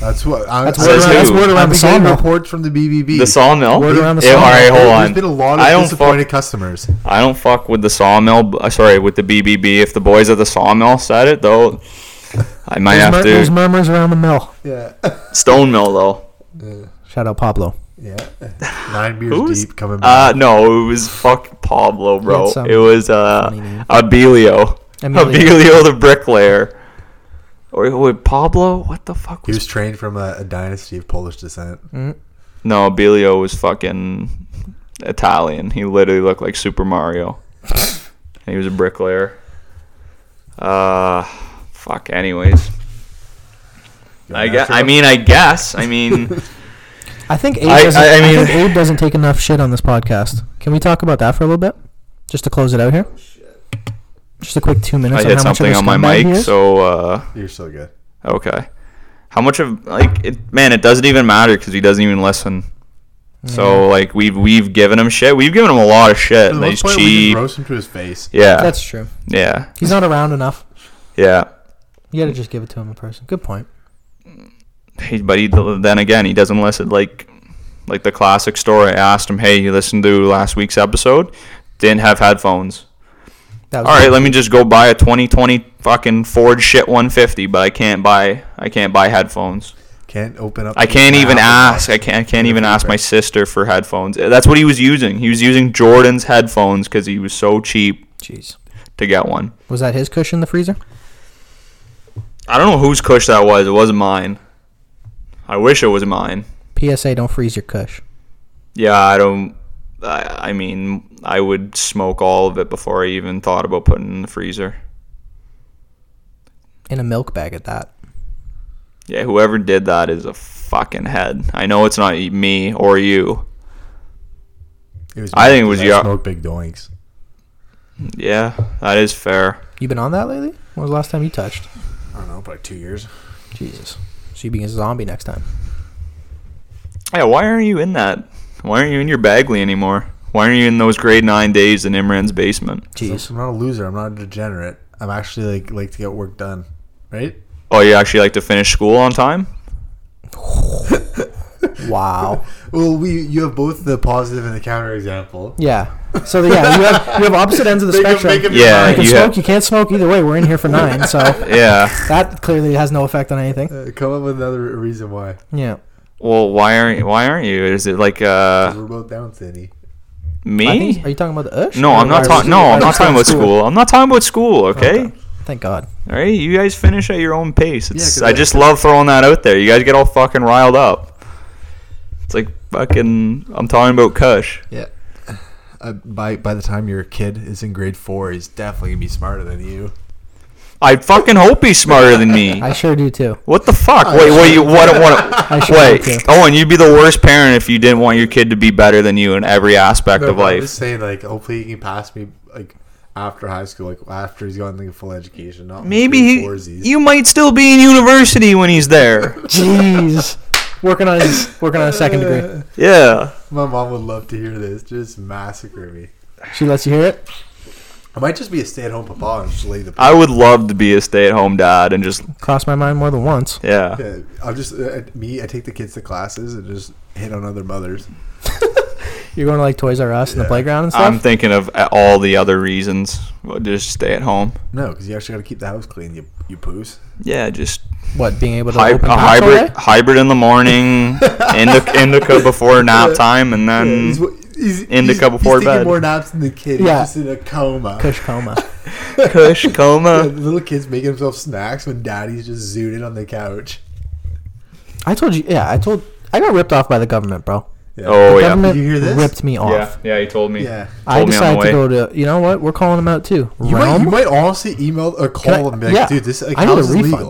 Speaker 5: That's what. I,
Speaker 3: That's
Speaker 5: I-
Speaker 4: word around-
Speaker 5: that's what
Speaker 4: I'm
Speaker 5: around the
Speaker 3: sawmill.
Speaker 5: reports from the BBB.
Speaker 4: The sawmill.
Speaker 3: Word
Speaker 4: Yeah,
Speaker 3: around the
Speaker 4: all
Speaker 3: sawmill.
Speaker 4: right, hold on.
Speaker 5: There's been a lot
Speaker 4: I
Speaker 5: of
Speaker 4: don't fuck.
Speaker 5: disappointed customers.
Speaker 4: I don't fuck with the sawmill. b- uh, Sorry, with the BBB. If the boys at the sawmill said it, though, I might
Speaker 3: There's,
Speaker 4: have
Speaker 3: mur- there's
Speaker 4: to.
Speaker 3: murmurs around the mill.
Speaker 5: Yeah.
Speaker 4: Stone mill though.
Speaker 3: Shout out Pablo.
Speaker 5: yeah. Nine beers
Speaker 4: Who's-
Speaker 5: deep coming
Speaker 4: Uh,
Speaker 5: back.
Speaker 4: no, it was fuck Pablo, bro.
Speaker 3: had
Speaker 5: um,
Speaker 3: some
Speaker 4: It was
Speaker 3: funny
Speaker 4: uh,
Speaker 3: name.
Speaker 4: Abelio.
Speaker 3: Emilio.
Speaker 4: Abelio the bricklayer. Or wait, Pablo? What the fuck
Speaker 5: he
Speaker 4: was?
Speaker 5: was trained from a, a dynasty of Polish descent.
Speaker 4: no, Abelio was fucking Italian. He literally looked like Super Mario. and he was a bricklayer. Uh, fuck. Anyways. I guess. I mean, I guess. I mean,
Speaker 3: I think Abe
Speaker 4: I-
Speaker 3: doesn't,
Speaker 4: I- I
Speaker 3: I
Speaker 4: mean-
Speaker 3: think Abe doesn't take enough shit on this podcast. Can we talk about that for a little bit? Just to close it out here? Just a quick two
Speaker 4: I
Speaker 3: minutes on
Speaker 4: hit
Speaker 3: how much of
Speaker 4: something
Speaker 3: a
Speaker 4: on my
Speaker 3: scumbag he
Speaker 4: mic.
Speaker 3: is?
Speaker 4: So, uh,
Speaker 5: you're so good.
Speaker 4: okay. How much of like it, man? It doesn't even matter because he doesn't even listen. So like we've we've given him shit. We've given him a lot of shit.
Speaker 5: At
Speaker 4: and
Speaker 5: one
Speaker 4: He's
Speaker 5: point, we
Speaker 4: cheap.
Speaker 5: just roast him to his face.
Speaker 4: Yeah,
Speaker 3: That's true.
Speaker 4: yeah,
Speaker 3: He's not around enough.
Speaker 4: yeah.
Speaker 3: You gotta just give it to him in person. Good point.
Speaker 4: He, but he, then again, he doesn't listen. Like like the classic story. I asked him, "Hey, you listened to last week's episode? Didn't have headphones.
Speaker 3: That was
Speaker 4: All right, let me just go buy a 2020 fucking Ford shit 150, but I can't buy I can't buy headphones.
Speaker 5: Can't open up.
Speaker 4: I can't
Speaker 5: the
Speaker 4: even
Speaker 5: Apple
Speaker 4: ask.
Speaker 5: Watch.
Speaker 4: I can't. I can't even ask my sister for headphones. That's what he was using. He was using Jordan's headphones because he was so cheap
Speaker 3: Jeez.
Speaker 4: to get one.
Speaker 3: Was that his cushion in the freezer?
Speaker 4: I don't know whose cush that was. It wasn't mine. I wish it was mine.
Speaker 3: PSA, don't freeze your cush.
Speaker 4: Yeah, I don't. I, I mean, I would smoke all of it before I even thought about putting it in the freezer.
Speaker 3: In a milk bag at that.
Speaker 4: Yeah, whoever did that is a fucking head. I know it's not e, me or you.
Speaker 5: It was
Speaker 4: I think it was
Speaker 5: I
Speaker 4: your-
Speaker 5: Smoke big doinks.
Speaker 4: Yeah, that is fair.
Speaker 3: You been on that lately? When was the last time you touched?
Speaker 5: I don't know, probably two years.
Speaker 3: Jesus. So you being a zombie next time.
Speaker 4: Yeah, why aren't you in that? Why aren't you in your Bagley anymore? Why aren't you in those grade nine days in Imran's basement?
Speaker 3: Jeez.
Speaker 5: I'm not a loser. I'm not a degenerate. I'm actually like like to get work done, right?
Speaker 4: Oh, you actually like to finish school on time?
Speaker 3: Wow.
Speaker 5: Well, we you have both the positive and the counter example.
Speaker 3: Yeah. So yeah, you have you have opposite ends of the
Speaker 5: Make 'em-
Speaker 3: spectrum.
Speaker 5: make 'em
Speaker 4: Yeah,
Speaker 5: your mind.
Speaker 3: you can
Speaker 4: you
Speaker 3: smoke,
Speaker 4: have-
Speaker 3: you can't smoke either way. We're in here for nine, so
Speaker 4: Yeah.
Speaker 3: that clearly has no effect on anything.
Speaker 5: Uh, come up with another reason why.
Speaker 3: Yeah.
Speaker 4: Well, why aren't why aren't you? Is it like
Speaker 5: 'Cause
Speaker 4: uh
Speaker 5: We're both down, Cindy.
Speaker 3: I think-
Speaker 4: Me?
Speaker 3: are you talking about the Ush?
Speaker 4: No,
Speaker 3: Or
Speaker 4: I'm not
Speaker 3: Irish-
Speaker 4: talking. No, I'm not
Speaker 3: Irish
Speaker 4: talking about
Speaker 3: school?
Speaker 4: school. I'm not talking about school. Okay.
Speaker 3: Thank God.
Speaker 4: All right, you guys finish at your own pace. It's,
Speaker 5: 'cause
Speaker 4: I
Speaker 5: I-
Speaker 4: just love throwing that out there. You guys get all fucking riled up. It's like fucking. I'm talking about Kush.
Speaker 5: Yeah. Uh, by by the time your kid is in grade four, he's definitely gonna be smarter than you.
Speaker 4: I fucking hope he's smarter than me.
Speaker 3: I sure do too.
Speaker 4: What the fuck? Wait, wait, you what? What?
Speaker 3: I sure do too.
Speaker 4: Wait, Owen, you'd be the worst parent if you didn't want your kid to be better than you in every aspect of
Speaker 5: but I'm
Speaker 4: life.
Speaker 5: just saying, like, hopefully he can pass me like after high school, like after he's gotten like a full education. Not
Speaker 4: Maybe
Speaker 5: like,
Speaker 4: he,
Speaker 5: grade foursies.
Speaker 4: you might still be in university when he's there.
Speaker 3: Jeez. working on his working on a second degree.
Speaker 4: Yeah.
Speaker 5: My mom would love to hear this. Just massacre me.
Speaker 3: She lets you hear it.
Speaker 5: I might just be a stay-at-home papa and just lay the.
Speaker 4: I would love to be a stay-at-home dad and just
Speaker 3: Crossed my mind more than once.
Speaker 4: yeah.
Speaker 5: Yeah, I'll just uh, me. I take the kids to classes and just hit on other mothers.
Speaker 3: You're going to like Toys R Us and the playground and stuff.
Speaker 4: I'm thinking of a- all the other reasons. Well, Just stay at home.
Speaker 5: No, because you actually got to keep the house clean. You you poos.
Speaker 4: Yeah, just
Speaker 3: what being able to
Speaker 4: hy-
Speaker 3: open
Speaker 4: a
Speaker 3: packs all day?
Speaker 4: hybrid hybrid in the morning, indica, indica before nap time, and then
Speaker 5: he's, he's,
Speaker 4: Indica
Speaker 5: he's,
Speaker 4: before
Speaker 5: he's taking
Speaker 4: bed.
Speaker 5: more naps than the kid.
Speaker 3: Yeah.
Speaker 5: He's just in a coma.
Speaker 3: Kush coma.
Speaker 4: Kush
Speaker 5: The
Speaker 4: coma.
Speaker 5: little kids making themselves snacks when daddy's just zooted on the couch.
Speaker 3: I told you. Yeah, I told. I got ripped off by the government, bro.
Speaker 5: Yeah.
Speaker 4: Oh
Speaker 3: The
Speaker 4: yeah,
Speaker 3: government
Speaker 5: Did you hear this?
Speaker 3: ripped me off.
Speaker 4: yeah, yeah. You told me.
Speaker 5: Yeah.
Speaker 3: I
Speaker 4: Told me on
Speaker 3: decided
Speaker 4: the
Speaker 3: to go to. You know what? We're calling them out too.
Speaker 5: You might,
Speaker 3: Realm.
Speaker 5: you might honestly email or call
Speaker 3: I-
Speaker 5: them, like,
Speaker 3: yeah.
Speaker 5: dude, this like,
Speaker 3: I need a
Speaker 5: house is
Speaker 3: refund.
Speaker 5: legal.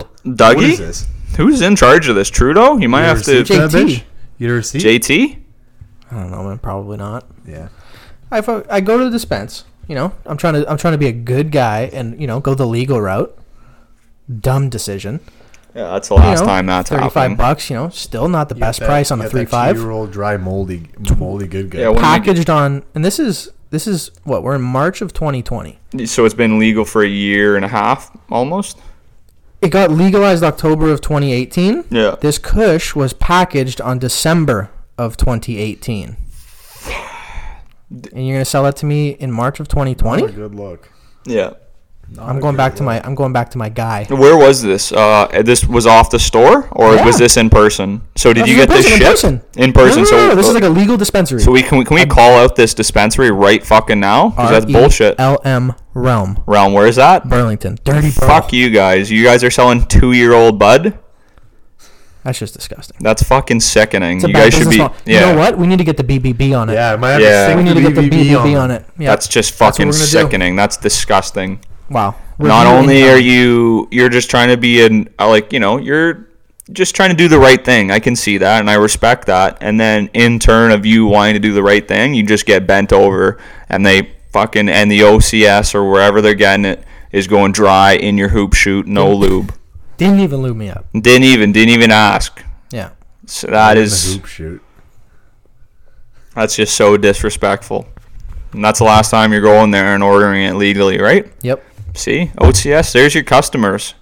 Speaker 5: What is
Speaker 4: Dougie,
Speaker 5: this?
Speaker 4: who's in charge of this? Trudeau. You might have to.
Speaker 3: receipt? JT.
Speaker 5: You receipt?
Speaker 4: JT.
Speaker 3: I don't know, man. Probably not.
Speaker 5: yeah.
Speaker 3: I fo- I go to the dispense. You know, I'm trying to I'm trying to be a good guy and you know go the legal route. Dumb decision.
Speaker 4: Yeah, that's the last
Speaker 3: you know,
Speaker 4: time that's
Speaker 3: thirty-five
Speaker 4: happened.
Speaker 3: bucks. You know, still not the best price on a
Speaker 5: Year
Speaker 3: three-five
Speaker 5: old dry moldy moldy good guy.
Speaker 4: Yeah, when they
Speaker 3: packaged on. And this is this is what we're in March of 2020.
Speaker 4: get- so it's been legal for a year and a half almost.
Speaker 3: It got legalized October of 2018.
Speaker 4: Yeah.
Speaker 3: This Kush was packaged on December of 2018. And you're gonna sell that to me in March of 2020?
Speaker 5: good look.
Speaker 4: Yeah.
Speaker 3: I'm going back to my I'm going back to my guy.
Speaker 4: Where was this? Uh, this was off the store, or
Speaker 3: Yeah.
Speaker 4: was this in person? So did
Speaker 3: This
Speaker 4: you
Speaker 3: is in
Speaker 4: get this
Speaker 3: person, in
Speaker 4: shipped
Speaker 3: person.
Speaker 4: In person,
Speaker 3: no, no, no,
Speaker 4: so
Speaker 3: no, this is like a legal dispensary.
Speaker 4: so we can we, can we call out this dispensary right fucking now? Because that's bullshit.
Speaker 3: LM E Realm,
Speaker 4: Realm, where is that?
Speaker 3: Burlington, Dirty Borough.
Speaker 4: Fuck you guys! You guys are selling two-year-old bud.
Speaker 3: That's just disgusting.
Speaker 4: That's fucking sickening.
Speaker 3: It's a
Speaker 4: you
Speaker 3: bad
Speaker 4: guys should
Speaker 3: business
Speaker 4: be.
Speaker 3: model.
Speaker 4: Yeah,
Speaker 3: You know what? We need to get the BBB on it.
Speaker 5: Yeah, I might have
Speaker 4: Yeah.
Speaker 5: to
Speaker 3: we
Speaker 5: sing
Speaker 3: need to get the BBB on,
Speaker 5: BBB
Speaker 3: it. Yeah.
Speaker 4: that's just
Speaker 3: what
Speaker 4: fucking
Speaker 3: we're gonna do.
Speaker 4: sickening. That's disgusting.
Speaker 3: wow.
Speaker 4: Not
Speaker 3: Review
Speaker 4: only
Speaker 3: income.
Speaker 4: are you you're just trying to be an uh, like you know you're just trying to do the right thing. I can see that and I respect that. And then in turn of you wanting to do the right thing, you just get bent over and they fucking and the OCS or wherever they're getting it is going dry in your hoop shoot, no lube.
Speaker 3: didn't even lube me up.
Speaker 4: Didn't even didn't even ask.
Speaker 3: Yeah.
Speaker 4: So that
Speaker 5: The
Speaker 4: is
Speaker 5: hoop shoot.
Speaker 4: that's just so disrespectful. And that's the last time you're going there and ordering it legally, right?
Speaker 3: Yep.
Speaker 4: See, OCS, there's your customers.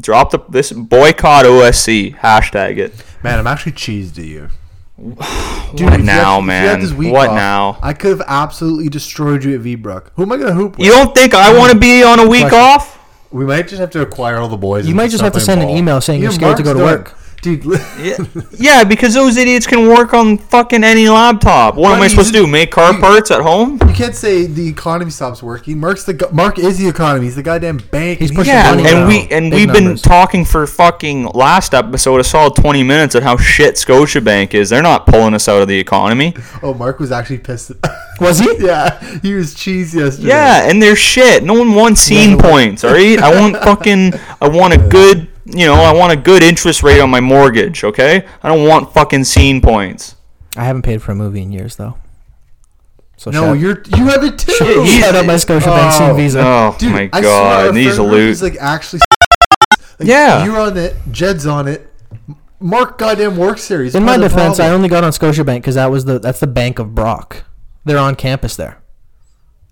Speaker 4: Drop the this boycott OSC hashtag it.
Speaker 5: Man, I'm actually cheesed to you. Dude,
Speaker 4: what
Speaker 5: if you had-
Speaker 4: now,
Speaker 5: if you had
Speaker 4: man?
Speaker 5: this week
Speaker 4: What
Speaker 5: off,
Speaker 4: now?
Speaker 5: I could have absolutely destroyed you at Brook. Who am I gonna hoop with?
Speaker 4: You don't think I want to be on a week
Speaker 3: Question.
Speaker 4: off?
Speaker 5: we might just have to acquire all the boys.
Speaker 3: You
Speaker 5: and
Speaker 3: might just
Speaker 5: stop
Speaker 3: have to send
Speaker 5: playing
Speaker 3: an
Speaker 5: ball.
Speaker 3: email saying you're scared to
Speaker 5: Mark's
Speaker 3: go to
Speaker 5: done.
Speaker 3: work.
Speaker 5: dude.
Speaker 4: Yeah, yeah, because those idiots can work on fucking any laptop. What am
Speaker 5: Why
Speaker 4: I
Speaker 5: do
Speaker 4: supposed to
Speaker 5: you-
Speaker 4: do? Make car
Speaker 5: you-
Speaker 4: parts at home?
Speaker 5: You can't say the economy stops working. Mark's the go- Mark is the economy. He's the goddamn bank.
Speaker 3: He's
Speaker 5: and
Speaker 3: pushing
Speaker 4: Yeah,
Speaker 3: money
Speaker 4: and
Speaker 3: now.
Speaker 4: we and
Speaker 3: Big
Speaker 4: we've
Speaker 3: numbers.
Speaker 4: been talking for fucking last episode a solid twenty minutes at how shit Scotiabank is. They're not pulling us out of the economy.
Speaker 5: Oh, Mark was actually pissed.
Speaker 3: Was he?
Speaker 5: yeah, he was cheesy yesterday.
Speaker 4: Yeah, and they're shit. No one wants scene points, all right? I want fucking I want a good you know, I want a good interest rate on my mortgage, okay? I don't want fucking scene points.
Speaker 3: I haven't paid for a movie in years though. So
Speaker 5: No,
Speaker 3: shut-
Speaker 5: you're you have it too.
Speaker 4: Shit, he's-
Speaker 3: shut up my Scotiabank
Speaker 5: Oh,
Speaker 3: scene visa.
Speaker 4: Oh
Speaker 5: Dude,
Speaker 4: my
Speaker 5: I swear our
Speaker 4: god, these
Speaker 5: friend group
Speaker 4: loot.
Speaker 5: is, like actually. Like,
Speaker 4: Yeah.
Speaker 5: you're on it. Jed's on it. Mark goddamn works there. He's
Speaker 3: In my
Speaker 5: part of the
Speaker 3: defense, I
Speaker 5: problem.
Speaker 3: only got on Scotiabank because that was the that's the bank of Brock. They're on campus there.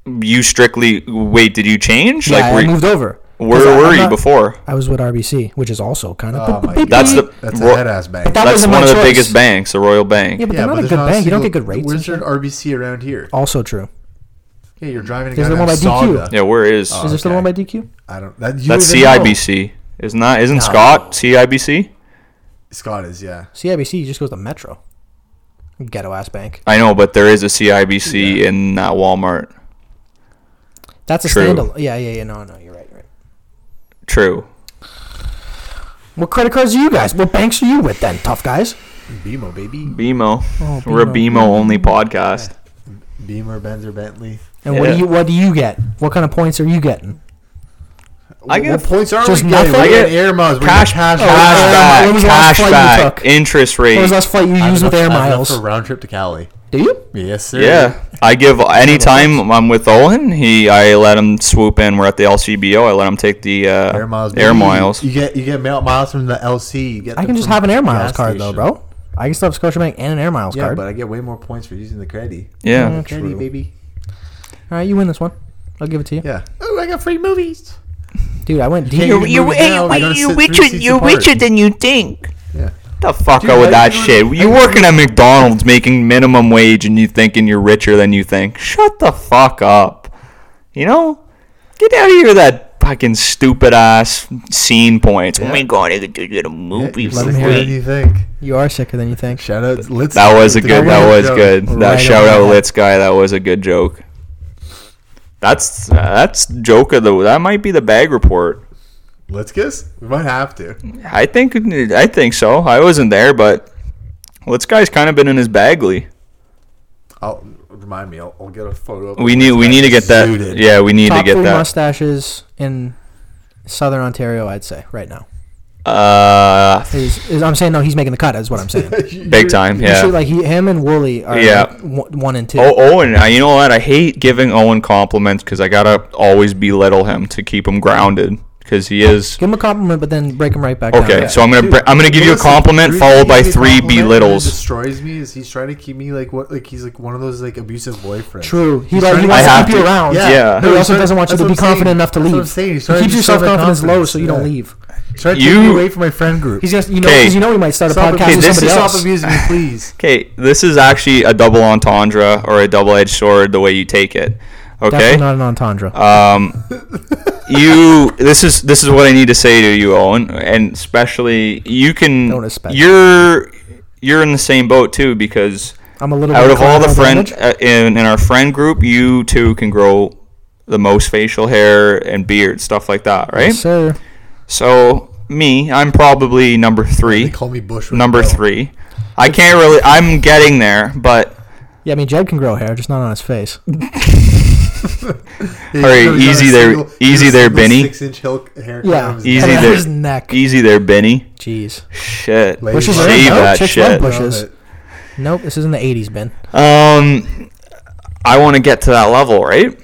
Speaker 4: you strictly wait, did you change?
Speaker 3: Yeah,
Speaker 4: like
Speaker 3: I
Speaker 4: were,
Speaker 3: moved over. 'Cause I-
Speaker 4: where were
Speaker 3: I'm
Speaker 4: you
Speaker 3: not-
Speaker 4: before?
Speaker 3: I was with RBC, which is also kind of.
Speaker 5: Oh my God.
Speaker 4: That's the
Speaker 5: That's
Speaker 4: Ro-
Speaker 5: a head ass bank.
Speaker 3: that
Speaker 4: that's
Speaker 3: wasn't
Speaker 4: one
Speaker 3: my
Speaker 4: of the
Speaker 3: choice.
Speaker 4: biggest banks, the Royal Bank.
Speaker 3: yeah, but they're not a
Speaker 5: there's
Speaker 3: good bank. You don't
Speaker 5: single-
Speaker 3: get good rates. and
Speaker 5: Where's there
Speaker 3: shit.
Speaker 5: an RBC around here?
Speaker 3: Also true.
Speaker 5: Yeah, you're driving a
Speaker 3: There's
Speaker 5: guy
Speaker 3: the one by DQ.
Speaker 5: Saga.
Speaker 4: Yeah, where is
Speaker 3: Uh, Is there still
Speaker 5: okay.
Speaker 3: one by DQ?
Speaker 5: I don't. That, you
Speaker 4: that's
Speaker 5: don't even know.
Speaker 4: CIBC. Isn't that isn't Scott CIBC?
Speaker 5: Scott is yeah.
Speaker 3: CIBC just goes to Metro. Ghetto ass bank.
Speaker 4: I know, but there is a CIBC in that Walmart.
Speaker 3: That's a
Speaker 4: True.
Speaker 3: standalone. Yeah, yeah, yeah. No, no, you're right. You're right.
Speaker 4: True.
Speaker 3: What credit cards are you guys? What banks are you with then, tough guys?
Speaker 5: BMO, baby.
Speaker 4: BMO.
Speaker 3: Oh,
Speaker 4: We're a
Speaker 3: BMO.
Speaker 4: BMO only podcast.
Speaker 5: Beamer, Benzer, Bentley.
Speaker 3: And what
Speaker 4: Yeah.
Speaker 3: do you what do you get? What kind of points are you getting?
Speaker 4: I get-
Speaker 5: what points are
Speaker 3: Just
Speaker 5: we
Speaker 3: nothing?
Speaker 5: getting? We're
Speaker 3: I
Speaker 4: get
Speaker 5: getting air miles. We're
Speaker 4: Cash, cash
Speaker 5: getting cash.
Speaker 3: Oh, when was
Speaker 4: back,
Speaker 3: the last
Speaker 4: cash
Speaker 3: flight you
Speaker 4: back,
Speaker 3: took?
Speaker 4: interest rate.
Speaker 3: What was the last flight you
Speaker 5: I have
Speaker 3: used with
Speaker 5: enough-
Speaker 3: air
Speaker 5: I have enough
Speaker 3: miles?
Speaker 5: for a round trip to Cali.
Speaker 3: do you?
Speaker 5: Yes, sir.
Speaker 4: Yeah, I give anytime I'm with Owen, he I let him swoop in. We're at the LCBO. I let him take the uh,
Speaker 5: Air miles.
Speaker 4: Air
Speaker 5: baby.
Speaker 4: miles.
Speaker 5: You get you get mail miles from the LC. You get
Speaker 3: I
Speaker 5: them
Speaker 3: can just
Speaker 5: from
Speaker 3: have an air
Speaker 5: the
Speaker 3: miles
Speaker 5: gas
Speaker 3: card though,
Speaker 5: station.
Speaker 3: bro. I can still have Scotiabank and an air miles
Speaker 5: Yeah,
Speaker 3: card.
Speaker 5: but I get way more points for using the credit.
Speaker 3: Mm-hmm.
Speaker 4: Yeah,
Speaker 5: Credit, baby.
Speaker 3: All right, you win this one. I'll give it to you,
Speaker 5: Yeah. Oh, I got free movies.
Speaker 3: dude. I went deep.
Speaker 5: Can't even move now. We gotta sit three seats apart.
Speaker 4: than you think.
Speaker 5: Yeah.
Speaker 4: The fuck
Speaker 5: Dude,
Speaker 4: out with
Speaker 5: how
Speaker 4: that
Speaker 5: you
Speaker 4: shit.
Speaker 5: doing-
Speaker 4: You're working at McDonald's making minimum wage and you thinking you're richer than you think. Shut the fuck up. You know? Get out of here with that fucking stupid ass scene points. Oh my god, I could do get a movie
Speaker 5: You're
Speaker 4: for
Speaker 5: sicker
Speaker 4: free.
Speaker 5: than you think.
Speaker 3: You are sicker than you think.
Speaker 5: Shout out. Let's
Speaker 4: That was a good. That was good. That
Speaker 3: Right
Speaker 4: shout
Speaker 3: on
Speaker 4: out
Speaker 3: the head.
Speaker 4: Litz guy. That was a good joke. That's that's joke of the. That might be the bag report.
Speaker 5: Let's kiss. We might have to.
Speaker 4: I think I think so. I wasn't there, but Litz guy's kind of been in his bagly.
Speaker 5: I'll remind me. I'll, I'll get a photo. of
Speaker 4: We
Speaker 5: it.
Speaker 4: need we need to get that.
Speaker 5: Zooted.
Speaker 4: Yeah, we need
Speaker 3: Top
Speaker 4: to get
Speaker 3: three
Speaker 4: that.
Speaker 3: mustaches in Southern Ontario, I'd say right now.
Speaker 4: Uh,
Speaker 3: Is, is I'm saying no, he's making the cut. Is what I'm saying.
Speaker 4: big time.
Speaker 3: You should,
Speaker 4: Yeah.
Speaker 3: like he, him and Wooly are
Speaker 4: Yeah.
Speaker 3: like, one one and two.
Speaker 4: Oh, Owen. I, you know what? I hate giving Owen compliments because I gotta always belittle him to keep him grounded because he is.
Speaker 3: Give him a compliment, but then break him right back down.
Speaker 4: Okay, so I'm gonna
Speaker 5: Dude,
Speaker 4: br- I'm gonna give you a
Speaker 5: honestly,
Speaker 4: compliment
Speaker 5: the reason
Speaker 4: followed
Speaker 5: he
Speaker 4: by
Speaker 5: gives me a
Speaker 4: three
Speaker 5: compliment and then
Speaker 4: belittles.
Speaker 5: Destroys me is he's trying to keep me like what like he's like one of those like abusive boyfriends.
Speaker 3: True. He,
Speaker 5: He's
Speaker 3: like,
Speaker 5: trying
Speaker 3: he
Speaker 5: to-
Speaker 3: wants
Speaker 4: I
Speaker 3: to
Speaker 4: have
Speaker 3: keep you
Speaker 4: to-
Speaker 3: around.
Speaker 4: Yeah.
Speaker 3: But
Speaker 4: Yeah.
Speaker 5: No,
Speaker 3: he
Speaker 5: he's
Speaker 3: also
Speaker 5: trying-
Speaker 3: doesn't want you
Speaker 5: that's
Speaker 3: to
Speaker 5: what
Speaker 3: be
Speaker 5: I'm saying.
Speaker 3: confident enough to
Speaker 5: That's what
Speaker 3: leave.
Speaker 5: I'm saying. He's
Speaker 3: He
Speaker 5: trying
Speaker 3: keeps
Speaker 5: to
Speaker 3: your
Speaker 5: destroy
Speaker 3: self
Speaker 5: my
Speaker 3: confidence low,
Speaker 5: confidence,
Speaker 3: so you don't
Speaker 5: yeah.
Speaker 3: leave.
Speaker 5: Trying to
Speaker 4: You-
Speaker 5: keep me away from my friend group.
Speaker 3: He's gonna, you know,
Speaker 4: Okay.
Speaker 3: 'cause you know, he might start a
Speaker 5: Stop
Speaker 3: podcast
Speaker 5: abusing-
Speaker 3: with
Speaker 4: this
Speaker 3: somebody
Speaker 4: is-
Speaker 5: stop
Speaker 3: else.
Speaker 5: abusing me, please.
Speaker 4: Okay, this is actually a double entendre or a double edged sword the way you take it.
Speaker 3: Definitely
Speaker 4: Okay.
Speaker 3: not an entendre.
Speaker 4: Um, you. This is this is what I need to say to you, Owen, and especially you can.
Speaker 3: Don't especially.
Speaker 4: You're you're in the same boat too because
Speaker 3: I'm a little
Speaker 4: out
Speaker 3: bit
Speaker 4: of all the
Speaker 3: clown
Speaker 4: friend
Speaker 3: advantage.
Speaker 4: uh, in in our friend group, you two can grow the most facial hair and beard stuff like that, right?
Speaker 3: Yes, sir.
Speaker 4: So me, I'm probably number three.
Speaker 5: They call me Bush. with
Speaker 4: number
Speaker 5: a belt.
Speaker 4: three. I can't really. I'm getting there, but
Speaker 3: Yeah, I mean, Jed can grow hair, just not on his face.
Speaker 5: Yeah,
Speaker 4: Alright,
Speaker 5: he's got
Speaker 4: easy
Speaker 5: a
Speaker 4: there-
Speaker 5: single-
Speaker 4: easy
Speaker 5: he's got a
Speaker 4: there,
Speaker 5: single
Speaker 4: Benny.
Speaker 5: Six-inch hill- hair
Speaker 3: Yeah,
Speaker 5: on his
Speaker 4: Easy
Speaker 5: head.
Speaker 3: And
Speaker 4: there. E-
Speaker 3: his neck.
Speaker 4: easy there, Benny.
Speaker 3: Jeez.
Speaker 4: Shit,
Speaker 5: Ladies
Speaker 3: Bushes
Speaker 5: love
Speaker 3: are
Speaker 5: it.
Speaker 4: Shave
Speaker 3: in. No,
Speaker 4: that
Speaker 3: chicks
Speaker 4: shit.
Speaker 3: love
Speaker 5: Love
Speaker 3: bushes.
Speaker 5: it.
Speaker 3: Nope, this isn't the '80s, Ben.
Speaker 4: Um, I want to get to that level, right?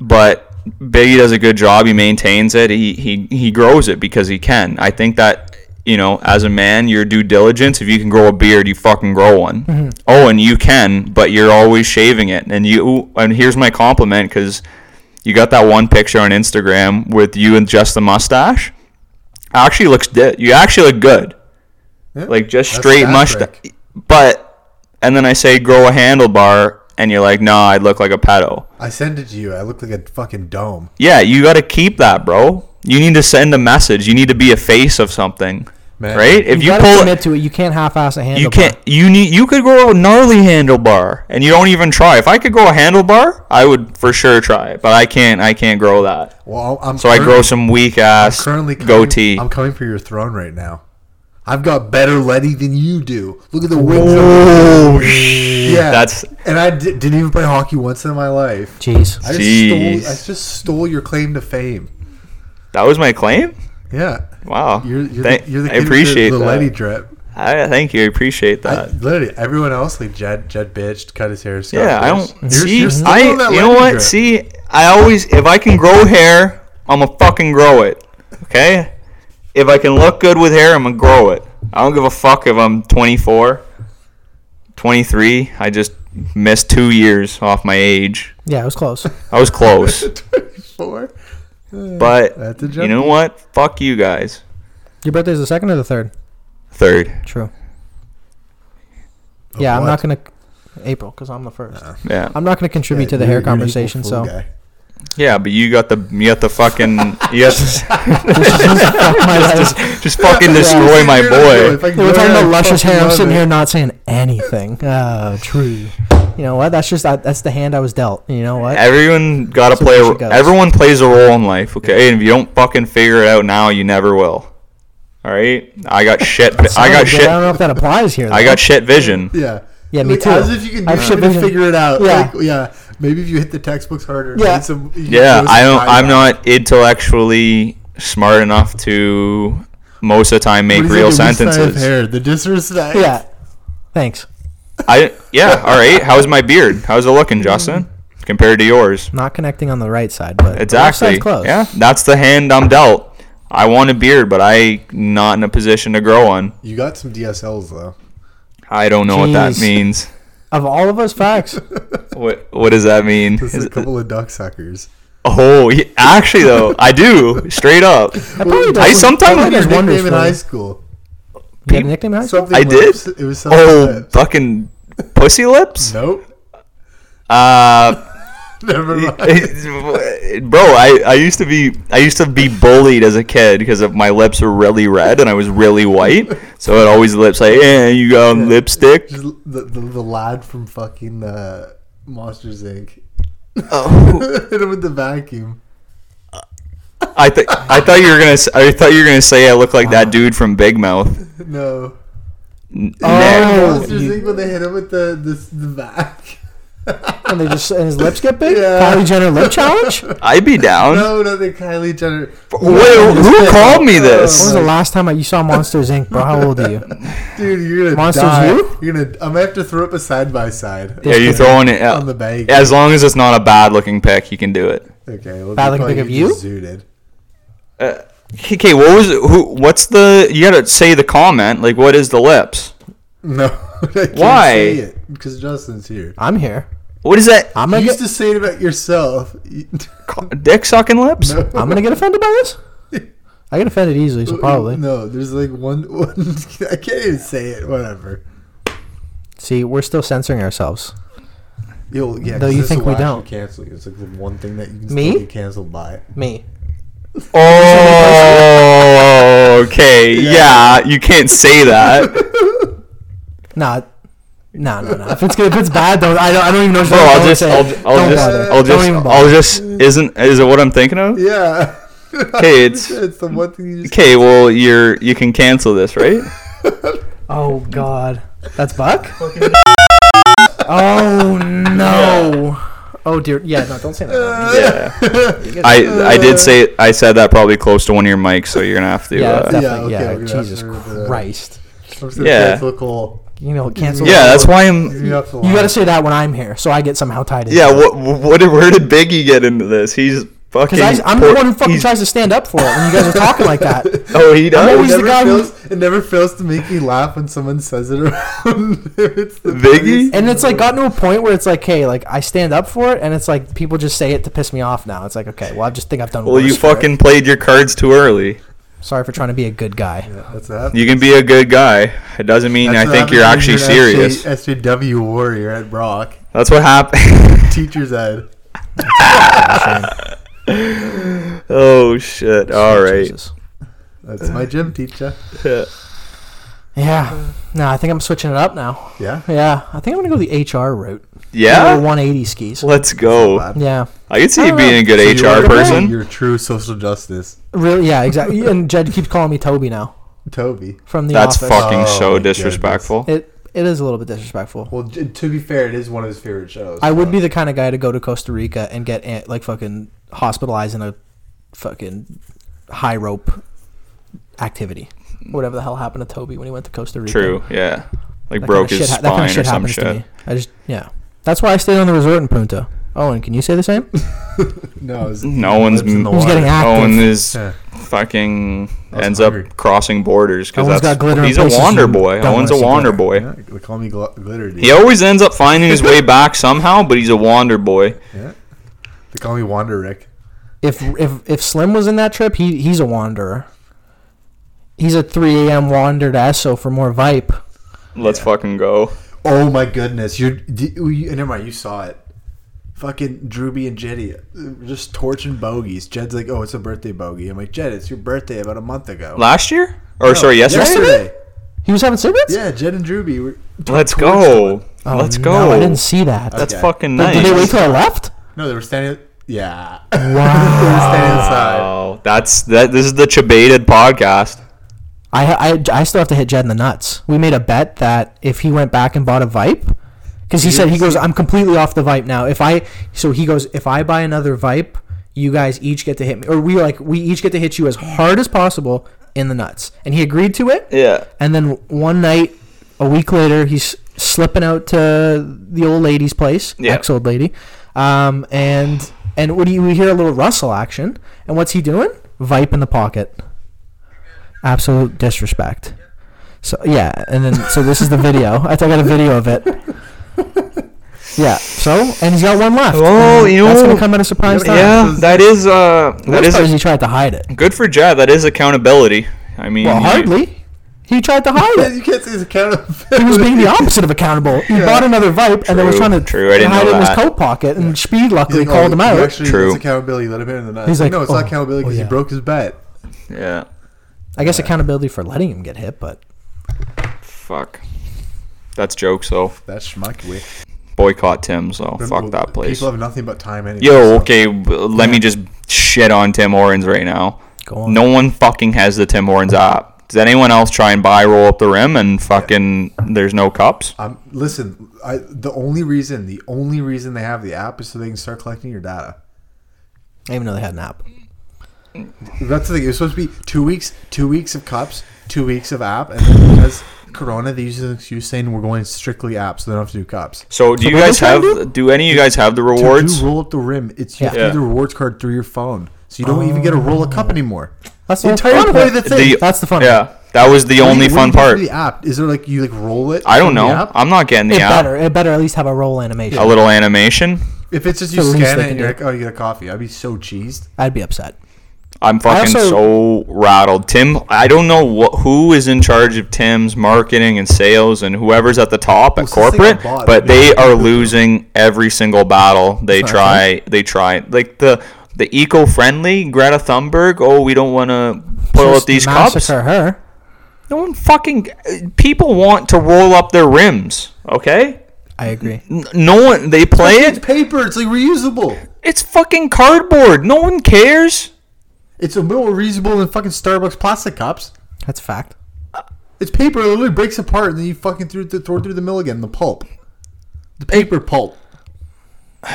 Speaker 4: But Biggie does a good job. He maintains it. He he he grows it because he can. I think that you know, as a man, your due diligence. If you can grow a beard, you fucking grow one. Oh, and you can, but you're always shaving it. And you and here's my compliment because you got that one picture on Instagram with you and just the mustache. Actually, looks di- you actually look good
Speaker 5: Yeah.
Speaker 4: like just
Speaker 5: That's
Speaker 4: straight
Speaker 5: Patrick.
Speaker 4: mustache. But and then I say grow a handlebar, and you're like, nah, I look like a pedo.
Speaker 5: I send it to you. I look like a fucking dome.
Speaker 4: Yeah, you got to keep that, bro. You need to send a message. You need to be a face of something,
Speaker 5: Man.
Speaker 4: right? If you,
Speaker 3: gotta
Speaker 4: pull,
Speaker 3: commit to it. You can't half-ass a handlebar.
Speaker 4: you can't. You need. You could grow a gnarly handlebar, and you don't even try. If I could grow a handlebar, I would for sure try. But I can't. I can't grow that.
Speaker 5: Well, I'm
Speaker 4: So I
Speaker 5: current-
Speaker 4: grow some weak ass
Speaker 5: currently coming-
Speaker 4: goatee.
Speaker 5: I'm coming for your throne right now. I've got better Letty than you do. Look at the wings.
Speaker 4: oh shit!
Speaker 5: yeah,
Speaker 4: That's
Speaker 5: and I d- didn't even play hockey once in my life.
Speaker 3: Jeez.
Speaker 5: I just
Speaker 4: Jeez.
Speaker 5: stole. I just stole your claim to fame.
Speaker 4: that was my claim.
Speaker 5: Yeah,
Speaker 4: Wow,
Speaker 5: you're you're,
Speaker 4: Thank-
Speaker 5: the, you're the
Speaker 4: I
Speaker 5: kid with
Speaker 4: appreciate
Speaker 5: the, the
Speaker 4: that.
Speaker 5: Letty drip.
Speaker 4: I thank you. I appreciate
Speaker 5: I,
Speaker 4: that.
Speaker 5: literally, everyone else like Jed, Jed bitched, cut his hair. Scott
Speaker 4: yeah, I
Speaker 5: bitched.
Speaker 4: don't
Speaker 5: You're-
Speaker 4: see.
Speaker 5: you're still
Speaker 4: I
Speaker 5: on that
Speaker 4: you know
Speaker 5: Letty
Speaker 4: what?
Speaker 5: drip.
Speaker 4: See, I always if I can grow hair, I'm gonna fucking grow it. Okay, if I can look good with hair, I'm gonna grow it. I don't give a fuck if I'm 24, 23. I just missed two years off my age.
Speaker 3: Yeah, it was close.
Speaker 4: I was close,
Speaker 5: Four.
Speaker 4: but
Speaker 5: That's a
Speaker 4: you know what? Fuck you guys.
Speaker 3: Your birthday's the second or the third?
Speaker 4: Third,
Speaker 3: True. yeah, I'm
Speaker 5: what?
Speaker 3: not gonna April because I'm the first.
Speaker 4: yeah.
Speaker 3: I'm not gonna contribute to the hair conversation. So
Speaker 4: Yeah, but you got the you got the fucking you got to,
Speaker 3: Fuck my life.
Speaker 4: just fucking destroy my boy.
Speaker 3: They were talking about luscious hair. I'm sitting here not saying anything. Oh, true. You know what? That's just that, that's the hand I was dealt. You know what?
Speaker 4: Everyone got to
Speaker 3: So
Speaker 4: play.
Speaker 3: there
Speaker 4: A,
Speaker 3: she goes.
Speaker 4: everyone plays a role in life, okay? And if you don't fucking figure it out now, you never will. All right? I got shit. I
Speaker 3: Oh,
Speaker 4: got
Speaker 3: but I don't
Speaker 4: shit.
Speaker 3: know if that applies here.
Speaker 4: I
Speaker 3: though.
Speaker 4: got shit vision.
Speaker 5: Yeah.
Speaker 3: Yeah, me
Speaker 5: Like,
Speaker 3: too.
Speaker 5: As if you can
Speaker 3: I
Speaker 5: do
Speaker 3: have shit
Speaker 5: something to
Speaker 3: vision.
Speaker 5: figure it out.
Speaker 3: Yeah.
Speaker 5: Yeah. Like, yeah. Maybe if you hit the textbooks harder.
Speaker 3: Yeah.
Speaker 5: hit some- you
Speaker 4: Yeah,
Speaker 5: go
Speaker 4: I don't.
Speaker 5: some high
Speaker 4: I'm
Speaker 5: back.
Speaker 4: not intellectually smart enough to most of the time make
Speaker 5: What is it,
Speaker 4: real
Speaker 5: the wrist I have
Speaker 4: sentences.
Speaker 5: Here, the disrespect.
Speaker 3: Yeah. Thanks.
Speaker 4: I yeah. All right. How's my beard? How's it
Speaker 5: Mm.
Speaker 4: looking, Justin? Compared to yours.
Speaker 3: Not connecting on the right side, but the left
Speaker 4: Exactly.
Speaker 3: side's close.
Speaker 4: Yeah, that's the hand I'm dealt. I want a beard, but I not in a position to grow one.
Speaker 5: You got some DSLs though.
Speaker 4: I don't know what that
Speaker 3: Jeez.
Speaker 4: means.
Speaker 3: Of all of us, facts.
Speaker 4: What What does that mean?
Speaker 5: This
Speaker 4: Is
Speaker 5: is a
Speaker 4: it-
Speaker 5: couple of duck suckers.
Speaker 4: oh, yeah, actually though, I do straight up.
Speaker 3: That probably
Speaker 4: I
Speaker 3: does-
Speaker 4: sometimes-
Speaker 3: that
Speaker 5: What
Speaker 4: That
Speaker 5: was
Speaker 3: does
Speaker 5: your
Speaker 3: wonders
Speaker 5: nickname in
Speaker 3: for
Speaker 5: high
Speaker 3: you.
Speaker 5: school?
Speaker 3: You had a nickname in high school?
Speaker 5: Something
Speaker 4: I did.
Speaker 5: lips. It was something.
Speaker 4: Oh,
Speaker 5: lips.
Speaker 4: fucking pussy lips.
Speaker 5: nope.
Speaker 4: Uh,
Speaker 5: Never mind.
Speaker 4: bro, I, I used to be I used to be bullied as a kid because of my lips were really red and I was really white, so it always lips like, eh, you got lipstick.
Speaker 5: Just the, the, the lad from fucking uh, Monsters Inc.
Speaker 4: Oh.
Speaker 5: Hit him with the vacuum.
Speaker 4: I th- I thought you were gonna s- I thought you were gonna say I look like that dude from Big Mouth.
Speaker 5: No.
Speaker 4: N-
Speaker 3: Oh.
Speaker 4: Nick.
Speaker 5: Monsters
Speaker 3: you-
Speaker 5: Inc. when they hit him with the this, the vac.
Speaker 3: And they just and his lips get big.
Speaker 5: Yeah.
Speaker 3: Kylie Jenner lip challenge. When
Speaker 4: I'd be down.
Speaker 5: No, no, the Kylie Jenner.
Speaker 4: Wait, who called me
Speaker 3: was
Speaker 4: this?
Speaker 3: the last time you saw Monsters Inc., bro? How old are you?
Speaker 5: Oh, Dude, you're gonna
Speaker 3: Monsters
Speaker 5: die.
Speaker 3: U?
Speaker 5: You're gonna. I'm gonna have to throw up a side by side.
Speaker 4: Yeah, you throwing it
Speaker 5: On the
Speaker 4: out.
Speaker 5: bag.
Speaker 4: As long as it's not a bad looking pick, you can do it.
Speaker 5: Okay. Well,
Speaker 3: Bad
Speaker 5: they
Speaker 3: looking
Speaker 5: call
Speaker 3: pic of
Speaker 5: just Zooted.
Speaker 4: Okay, what was it? who? What's the? You gotta say the comment. Like, what is the lips?
Speaker 5: No. I can't
Speaker 4: Why?
Speaker 5: Say it because Justin's here.
Speaker 3: I'm here.
Speaker 4: What is that?
Speaker 3: I'm
Speaker 5: You
Speaker 3: gonna
Speaker 5: used
Speaker 3: get,
Speaker 5: to say it about yourself. You-
Speaker 4: Co- Dick sucking lips?
Speaker 5: No.
Speaker 3: I'm gonna get offended by this. I get offended easily, so probably.
Speaker 5: No, there's like one. one I can't even say it. Whatever.
Speaker 3: See, we're still censoring ourselves.
Speaker 5: Yo, yeah,
Speaker 3: Though
Speaker 5: 'cause
Speaker 3: you
Speaker 5: this
Speaker 3: think
Speaker 5: will
Speaker 3: we
Speaker 5: actually
Speaker 3: don't.
Speaker 5: Cancel you. It's like the one thing that you can
Speaker 3: Me?
Speaker 5: still get canceled by.
Speaker 3: Me.
Speaker 4: Oh, okay. Yeah, you can't say that,
Speaker 3: Nah. No, no, no. If it's good, if it's bad, though, I don't, I don't even know.
Speaker 4: bro. I'll
Speaker 3: don't
Speaker 4: just,
Speaker 3: say
Speaker 4: I'll,
Speaker 3: it.
Speaker 4: I'll
Speaker 3: Don't
Speaker 4: just,
Speaker 3: bother.
Speaker 4: I'll
Speaker 3: Don't
Speaker 4: just,
Speaker 3: even bother.
Speaker 4: I'll just. Isn't is it what I'm thinking of?
Speaker 5: Yeah.
Speaker 4: Okay, it's-
Speaker 5: it's the one thing you just.
Speaker 4: Okay, well you're you can cancel this, right?
Speaker 3: Oh God, that's Buck. oh no. Oh dear. Yeah. No, don't say that.
Speaker 4: yeah. I I did say I said that probably close to one of your mics, so you're gonna have to.
Speaker 3: yeah,
Speaker 4: uh,
Speaker 3: that's
Speaker 4: yeah.
Speaker 3: definitely.
Speaker 5: okay,
Speaker 3: Yeah.
Speaker 5: we're gonna have
Speaker 3: Jesus
Speaker 5: to remove that.
Speaker 3: Christ.
Speaker 5: I'm just gonna
Speaker 4: Yeah.
Speaker 5: cancel Cole.
Speaker 3: You know, cancel.
Speaker 5: Yeah,
Speaker 4: that's why
Speaker 5: He's
Speaker 4: I'm.
Speaker 5: gonna have to
Speaker 3: You
Speaker 5: lie.
Speaker 3: gotta say that when I'm here, so I get somehow tied in.
Speaker 4: Yeah, what what did, where did Biggie get into this? He's fucking.
Speaker 3: Because I'm
Speaker 4: poor-
Speaker 3: the one who fucking
Speaker 4: he's-
Speaker 3: tries to stand up for it when you guys are talking like that.
Speaker 4: Oh, he
Speaker 3: I'm
Speaker 5: It
Speaker 3: always-
Speaker 4: does.
Speaker 3: Who's the
Speaker 5: never,
Speaker 3: guy who-
Speaker 5: fails, it never fails to make me laugh when someone says it around. it's the
Speaker 4: Biggie?
Speaker 5: funniest
Speaker 3: And it's like
Speaker 5: thing
Speaker 3: gotten to a point where it's like, hey, like I stand up for it, and it's like people just say it to piss me off. Now it's like, okay, well I just think I've done.
Speaker 4: Well,
Speaker 3: worse
Speaker 4: you
Speaker 3: for it.
Speaker 4: fucking played your cards too early.
Speaker 3: Sorry for trying to be a good guy.
Speaker 5: ever. Yeah, that's what
Speaker 4: You can be a good guy. It doesn't mean I think you're actually serious.
Speaker 5: SJW warrior at Brock.
Speaker 4: That's what happened.
Speaker 5: Teacher's ed.
Speaker 4: oh shit! All right.
Speaker 3: Jesus.
Speaker 5: That's my gym teacher.
Speaker 3: Yeah. No, I think I'm switching it up now.
Speaker 5: Yeah.
Speaker 3: Yeah, I think I'm gonna go the HR route. Little
Speaker 4: Yeah.
Speaker 3: 180 skis.
Speaker 4: Let's go.
Speaker 5: Bad.
Speaker 3: Yeah.
Speaker 4: I could
Speaker 3: I
Speaker 4: see you
Speaker 3: don't
Speaker 4: being a good
Speaker 5: So you
Speaker 4: HR
Speaker 5: are-
Speaker 4: person.
Speaker 5: You're true social justice.
Speaker 3: Really? Yeah. Exactly. and Jed keeps calling me Toby now
Speaker 5: Toby.
Speaker 3: from the
Speaker 4: That's
Speaker 3: office.
Speaker 4: fucking
Speaker 5: Oh,
Speaker 4: so
Speaker 5: my goodness.
Speaker 4: disrespectful.
Speaker 3: It it is a little bit disrespectful.
Speaker 5: Well, j- to be fair, it is one of his favorite shows.
Speaker 3: I would be the kind of guy to go to Costa Rica and get eh, like fucking hospitalized in a fucking high rope activity. Whatever the hell happened to Toby when he went to Costa Rica.
Speaker 4: True. Yeah. Like
Speaker 3: That
Speaker 4: broke
Speaker 3: kinda
Speaker 4: his
Speaker 3: shit, ha-
Speaker 4: spine or some
Speaker 3: happens to
Speaker 4: shit.
Speaker 3: me. I just yeah. That's why I stayed on the resort in Punta. Owen, can you say the same?
Speaker 5: No, it's-
Speaker 4: No one's
Speaker 5: it's in the
Speaker 3: He's
Speaker 5: water.
Speaker 3: getting active.
Speaker 4: Owen is
Speaker 5: Yeah.
Speaker 4: fucking
Speaker 5: I was
Speaker 4: ends
Speaker 5: hungry.
Speaker 4: up crossing borders because
Speaker 3: Owen's
Speaker 4: that's
Speaker 3: got glitter in
Speaker 4: he's a
Speaker 3: places
Speaker 4: wander
Speaker 3: you
Speaker 4: boy.
Speaker 3: don't
Speaker 4: Owen's a
Speaker 3: wanna see
Speaker 4: wander
Speaker 3: glitter.
Speaker 4: boy.
Speaker 5: Yeah, they call me gl- glitter dude.
Speaker 4: He always ends up finding his way back somehow, but he's a wander boy.
Speaker 5: Yeah. They call me Wander Rick.
Speaker 3: if if if Slim was in that trip, he he's a wanderer. He's a 3 a.m. wander to Esso for more vipe.
Speaker 4: Let's fucking go.
Speaker 5: Oh my goodness! You're d- you, never mind. You saw it. fucking Drewby and Jetty uh, just torching bogeys. Jed's like, oh, it's a birthday bogey. I'm like, Jed, it's your birthday about a month ago.
Speaker 4: Last year? Or sorry, yesterday?
Speaker 3: He was having cigarettes.
Speaker 5: Yeah, Jed and Drewby were.
Speaker 4: Let's
Speaker 5: torching
Speaker 4: go.
Speaker 5: someone.
Speaker 3: Oh,
Speaker 4: Let's
Speaker 3: no,
Speaker 4: go.
Speaker 3: I didn't see that.
Speaker 4: That's
Speaker 5: Okay.
Speaker 4: fucking
Speaker 3: But
Speaker 4: nice.
Speaker 3: Did they wait till I left?
Speaker 5: No, they were standing. Yeah. they
Speaker 3: Wow.
Speaker 5: were standing inside.
Speaker 4: Oh, that's that. This is the Chebated podcast.
Speaker 3: I, I, I still have to hit Jed in the nuts. We made a bet that if he went back and bought a Vipe, because he said he goes, I'm completely off the Vipe now. If I so he goes, if I buy another Vipe, you guys each get to hit me, or we like we each get to hit you as hard as possible in the nuts. And he agreed to it.
Speaker 4: Yeah.
Speaker 3: And then one night, a week later, he's slipping out to the old lady's place,
Speaker 4: Yeah.
Speaker 3: ex old lady, um, and and what do you, we hear a little rustle action, and what's he doing? Vipe in the pocket. Absolute disrespect. So yeah, and then so this is the video. I think I got a video of it. Yeah. So and he's got one left.
Speaker 4: Oh, you
Speaker 3: that's
Speaker 4: know-
Speaker 3: gonna come at a surprise time.
Speaker 4: Yeah, that is uh,
Speaker 3: The
Speaker 4: that
Speaker 3: worst
Speaker 4: is
Speaker 3: part is he tried to hide it.
Speaker 4: good for Jed. That is accountability. I mean,
Speaker 3: Well,
Speaker 4: you-
Speaker 3: hardly. He tried to hide it.
Speaker 5: You can't see his accountability.
Speaker 3: Oh, he was being the opposite of accountable. He bought another Vipe and then was
Speaker 4: True,
Speaker 3: trying to
Speaker 4: true, I didn't
Speaker 3: hide
Speaker 4: know
Speaker 3: it in his
Speaker 4: that.
Speaker 3: coat pocket, and Speed
Speaker 5: He's
Speaker 3: luckily
Speaker 5: like,
Speaker 3: called
Speaker 5: oh,
Speaker 3: him
Speaker 5: you
Speaker 3: out.
Speaker 5: Actually,
Speaker 4: True.
Speaker 5: It's accountability. Let him in the nuts.
Speaker 3: He's
Speaker 5: He's
Speaker 3: like,
Speaker 5: like, no, it's
Speaker 3: oh,
Speaker 5: not accountability
Speaker 3: oh,
Speaker 5: because
Speaker 3: yeah.
Speaker 5: he broke his bet.
Speaker 4: Yeah.
Speaker 3: I guess accountability for letting him get hit, but
Speaker 4: Fuck. That's jokes though.
Speaker 5: That schmuck wick.
Speaker 4: Boycott Tim's though. Fuck that place.
Speaker 5: People have nothing but time anyway.
Speaker 4: Yo,
Speaker 5: so-
Speaker 4: okay, b- let me just shit on Tim Hortons right now.
Speaker 3: go on.
Speaker 4: No one fucking has the Tim Hortons app. Does anyone else try and buy roll up the rim and fucking there's no cups?
Speaker 5: Um, listen, I, the only reason, the only reason they have the app is so they can start collecting your data.
Speaker 3: I didn't even know they had an app.
Speaker 5: That's the thing. It was supposed to be two weeks, two weeks of cups, two weeks of app, and then because Corona, they use an excuse saying we're going strictly app, so they don't have to do cups.
Speaker 4: So do you
Speaker 3: what
Speaker 4: guys
Speaker 3: are
Speaker 4: have?
Speaker 3: they trying
Speaker 4: Do any of you guys have the
Speaker 5: To
Speaker 4: rewards?
Speaker 5: do roll up the rim, it's you have
Speaker 4: Yeah.
Speaker 5: to do the rewards card through your phone, so you don't even get a roll
Speaker 3: Oh.
Speaker 5: a cup anymore.
Speaker 3: That's the,
Speaker 5: The
Speaker 3: entire
Speaker 5: entire
Speaker 3: fun
Speaker 5: point
Speaker 3: part
Speaker 5: of the
Speaker 4: The-
Speaker 5: thing.
Speaker 3: That's the fun. part.
Speaker 4: Yeah, that was the only
Speaker 5: What do
Speaker 4: fun
Speaker 5: you do
Speaker 4: part.
Speaker 5: through The app is there like you like roll it?
Speaker 4: I don't
Speaker 5: from the
Speaker 4: know.
Speaker 5: app?
Speaker 4: I'm not getting the
Speaker 3: It
Speaker 4: app.
Speaker 3: better. It better at least have a roll animation.
Speaker 4: A little animation.
Speaker 5: If it's just
Speaker 3: It's
Speaker 5: you
Speaker 3: the least
Speaker 5: scan
Speaker 3: they
Speaker 5: it
Speaker 3: can
Speaker 5: and you're
Speaker 3: do.
Speaker 5: like, oh, you get a coffee, I'd be so cheesed.
Speaker 3: I'd be upset.
Speaker 4: I'm fucking so rattled. Tim, I don't know what, who is in charge of Tim's marketing and sales and whoever's at the top at
Speaker 5: it's this thing
Speaker 4: corporate,
Speaker 5: I bought.
Speaker 4: but they are losing every single battle they
Speaker 5: not
Speaker 4: try. They try like the the eco-friendly Greta Thunberg. Oh, we don't want to pull
Speaker 3: Just
Speaker 4: up these
Speaker 3: massacre
Speaker 4: cups.
Speaker 3: her.
Speaker 4: No one fucking people want to roll up their rims. Okay,
Speaker 3: I agree.
Speaker 4: N- no one they play
Speaker 5: It's
Speaker 4: it.
Speaker 5: paper. It's like reusable.
Speaker 4: It's fucking cardboard. No one cares.
Speaker 5: It's a more reusable than fucking Starbucks plastic cups.
Speaker 3: That's a fact.
Speaker 5: It's paper. It literally breaks apart, and then you fucking threw it throw it through the mill again. The pulp, the paper pulp.
Speaker 4: I,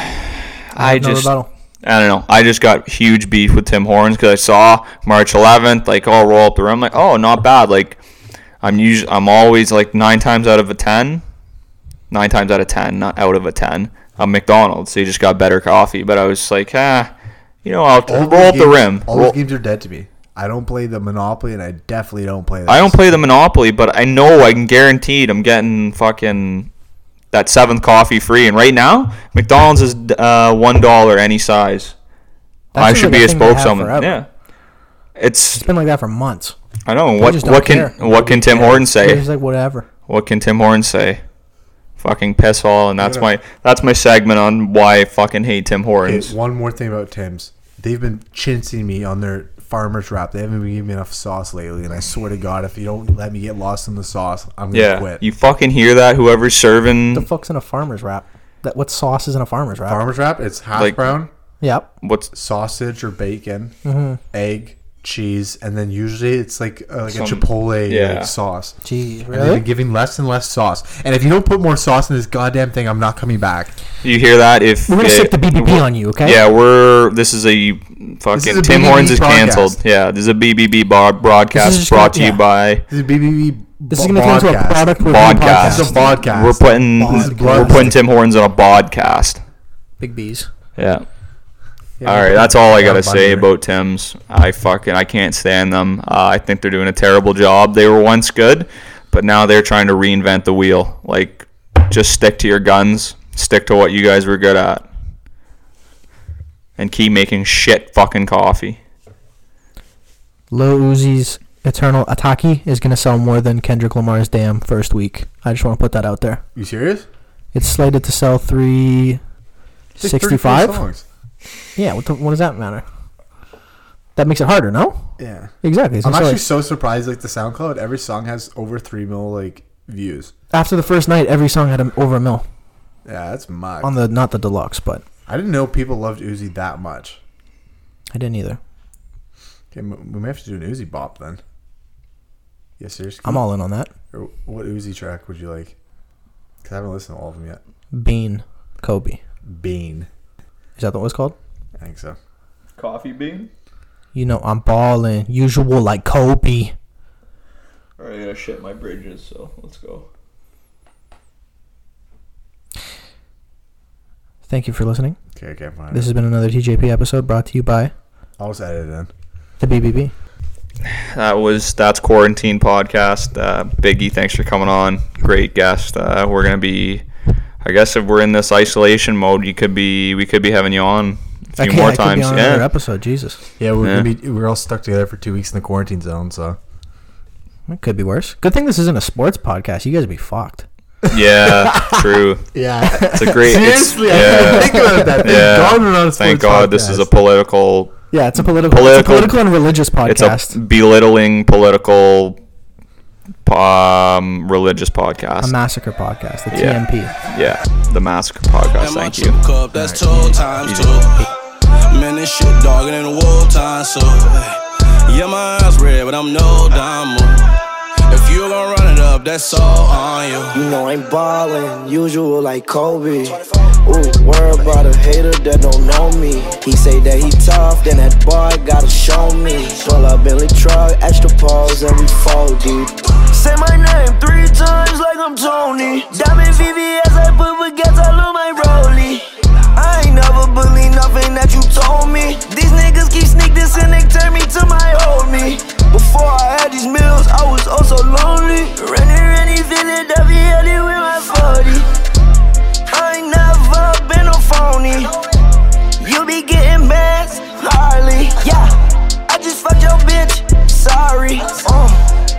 Speaker 3: have no
Speaker 4: just
Speaker 3: rebuttal.
Speaker 4: I don't know. I just got huge beef with Tim Horns because I saw March 11th, like, oh, roll up the rim. Like, oh, not bad. Like, I'm usually, I'm always like nine times out of a ten, nine times out of ten, not out of a ten. I'm McDonald's. They just got better coffee, but I was like, ah, you know, I'll
Speaker 5: All
Speaker 4: roll
Speaker 5: those
Speaker 4: up the
Speaker 5: games-
Speaker 4: rim.
Speaker 5: All
Speaker 4: Roll-
Speaker 5: those games are dead to me. I don't play the Monopoly, and I definitely don't play. This.
Speaker 4: I don't play the Monopoly, but I know I can guaranteed I'm getting fucking that seventh coffee free. And right now, McDonald's is uh, one dollar any size.
Speaker 3: That
Speaker 4: I
Speaker 3: seems
Speaker 4: should
Speaker 3: like
Speaker 4: be a
Speaker 3: thing they have
Speaker 4: spokesman.
Speaker 3: forever.
Speaker 4: Yeah, it's
Speaker 3: It's been like that for months.
Speaker 4: I don't know
Speaker 3: just
Speaker 4: what
Speaker 3: don't
Speaker 4: what can
Speaker 3: care.
Speaker 4: what can Tim Horton
Speaker 3: It's
Speaker 4: say?
Speaker 3: like whatever.
Speaker 4: What can Tim Horton say? Fucking piss all, and that's my that's my segment on why I fucking hate Tim
Speaker 5: Okay,
Speaker 4: Hortons.
Speaker 5: one more thing about Tim's. They've been chintzing me on their farmer's wrap. They haven't been giving me enough sauce lately, and I swear to God, if you don't let me get lost in the sauce, I'm gonna
Speaker 4: Yeah,
Speaker 5: quit.
Speaker 4: you fucking hear that? Whoever's
Speaker 3: The
Speaker 4: serving
Speaker 3: fuck's in a farmer's wrap? That what sauce is in a farmer's wrap?
Speaker 5: farmer's wrap. It's half
Speaker 4: Like-
Speaker 5: brown,
Speaker 3: yep.
Speaker 4: what's
Speaker 5: sausage or bacon,
Speaker 3: Mm-hmm.
Speaker 5: egg, cheese, and then usually it's like uh, like
Speaker 4: Some-
Speaker 5: a chipotle
Speaker 4: yeah.
Speaker 5: like, sauce.
Speaker 3: Jeez,
Speaker 5: And they've
Speaker 3: really?
Speaker 5: been giving less and less sauce. And if you don't put more sauce in this goddamn thing, I'm not coming back.
Speaker 4: you hear that? If
Speaker 3: We're gonna
Speaker 4: uh,
Speaker 3: stick the BBB on you, okay?
Speaker 4: Yeah, we're this is a fucking
Speaker 5: a
Speaker 4: Tim
Speaker 5: BBB
Speaker 4: Hortons is
Speaker 5: broadcast.
Speaker 4: canceled. Yeah, this is a BBB bar-
Speaker 3: This
Speaker 4: broadcast
Speaker 3: is just
Speaker 4: brought
Speaker 3: gonna-
Speaker 4: to you by
Speaker 5: This is BBB.
Speaker 3: This is gonna turn into a product review
Speaker 4: Podcast.
Speaker 5: This is a
Speaker 3: podcast.
Speaker 5: podcast.
Speaker 4: we're putting
Speaker 3: Podcast.
Speaker 4: we're putting Tim Hortons on a podcast.
Speaker 3: Big B's.
Speaker 4: Yeah.
Speaker 5: Yeah,
Speaker 4: all right,
Speaker 5: we're
Speaker 4: that's all I
Speaker 5: putting
Speaker 4: gotta
Speaker 5: Bob
Speaker 4: say
Speaker 5: Bundy.
Speaker 4: about Tim's. I fucking I can't stand them. Uh, I think they're doing a terrible job. They were once good, but now they're trying to reinvent the wheel. Like, just stick to your guns. Stick to what you guys were good at, and keep making shit fucking coffee.
Speaker 3: Lil Uzi's Eternal Ataki is going to sell more than Kendrick Lamar's Damn first week. I just want to put that out there.
Speaker 5: You serious?
Speaker 3: It's slated to sell three
Speaker 5: It's like 34
Speaker 3: 65?
Speaker 5: songs.
Speaker 3: Yeah, what, the, what does that matter? That makes it harder, no?
Speaker 5: Yeah.
Speaker 3: Exactly. So
Speaker 5: I'm
Speaker 3: it's
Speaker 5: actually
Speaker 3: like-
Speaker 5: so surprised. Like the SoundCloud, every song has over three mil like views.
Speaker 3: after the first night, every song had a, over a mil
Speaker 5: Yeah, that's mad.
Speaker 3: on the not the deluxe, but
Speaker 5: I didn't know people loved Uzi that much.
Speaker 3: I didn't either.
Speaker 5: Okay, m- we may have to do an Uzi bop then. Yeah, seriously.
Speaker 3: I'm all in on that.
Speaker 5: Or what Uzi track would you like? Because I haven't listened to all of them yet.
Speaker 3: Bean, Kobe.
Speaker 5: Bean.
Speaker 3: Is that what it was called?
Speaker 5: I think so.
Speaker 4: Coffee bean?
Speaker 3: You know, I'm balling. Usual like Kobe.
Speaker 4: Alright, I gotta shit my bridges, so let's go.
Speaker 3: Thank you for listening.
Speaker 5: Okay, okay, fine.
Speaker 3: This has been another TJP episode brought to you by
Speaker 5: I'll just edit it in.
Speaker 3: the BBB.
Speaker 4: That was that's quarantine podcast. Uh, Biggie, thanks for coming on. Great guest. Uh, we're gonna be, I guess, if we're in this isolation mode, you could be, we could be having you on a few
Speaker 3: Okay,
Speaker 4: more
Speaker 3: I could be
Speaker 4: times.
Speaker 3: on
Speaker 4: Yeah,
Speaker 3: another episode. Jesus,
Speaker 5: Yeah, we're
Speaker 4: Yeah.
Speaker 5: gonna be we're all stuck together for two weeks in the quarantine zone, so
Speaker 3: it could be worse. Good thing this isn't a sports podcast. You guys would be fucked.
Speaker 4: yeah, true.
Speaker 5: Yeah.
Speaker 4: It's a great. it's-
Speaker 5: Seriously, I didn't
Speaker 4: yeah,
Speaker 5: think about that. Thank
Speaker 4: Yeah.
Speaker 5: God we're not a
Speaker 4: thank
Speaker 5: sports
Speaker 4: God this is a
Speaker 5: podcast.
Speaker 4: political.
Speaker 3: Yeah, it's a political, it's a
Speaker 4: Political-
Speaker 3: political and religious
Speaker 4: It's
Speaker 3: podcast.
Speaker 4: a belittling political, um, religious
Speaker 3: a
Speaker 4: podcast.
Speaker 3: massacre podcast. The
Speaker 4: Yeah.
Speaker 3: TMP.
Speaker 4: yeah, the massacre podcast.
Speaker 2: And my
Speaker 4: Thank you.
Speaker 2: two Cup, that's two times two. Man, this shit dogging in the war time, so hey. yeah, my eyes red, but I'm no dime. If you gon' run it up, that's all on you.
Speaker 6: You know I'm ballin', usual like Kobe. Ooh, worry about a hater that don't know me. He say that he tough, then that boy gotta show me. Pull up Bentley truck, extra pause, and we fold deep. Say my name three oh um.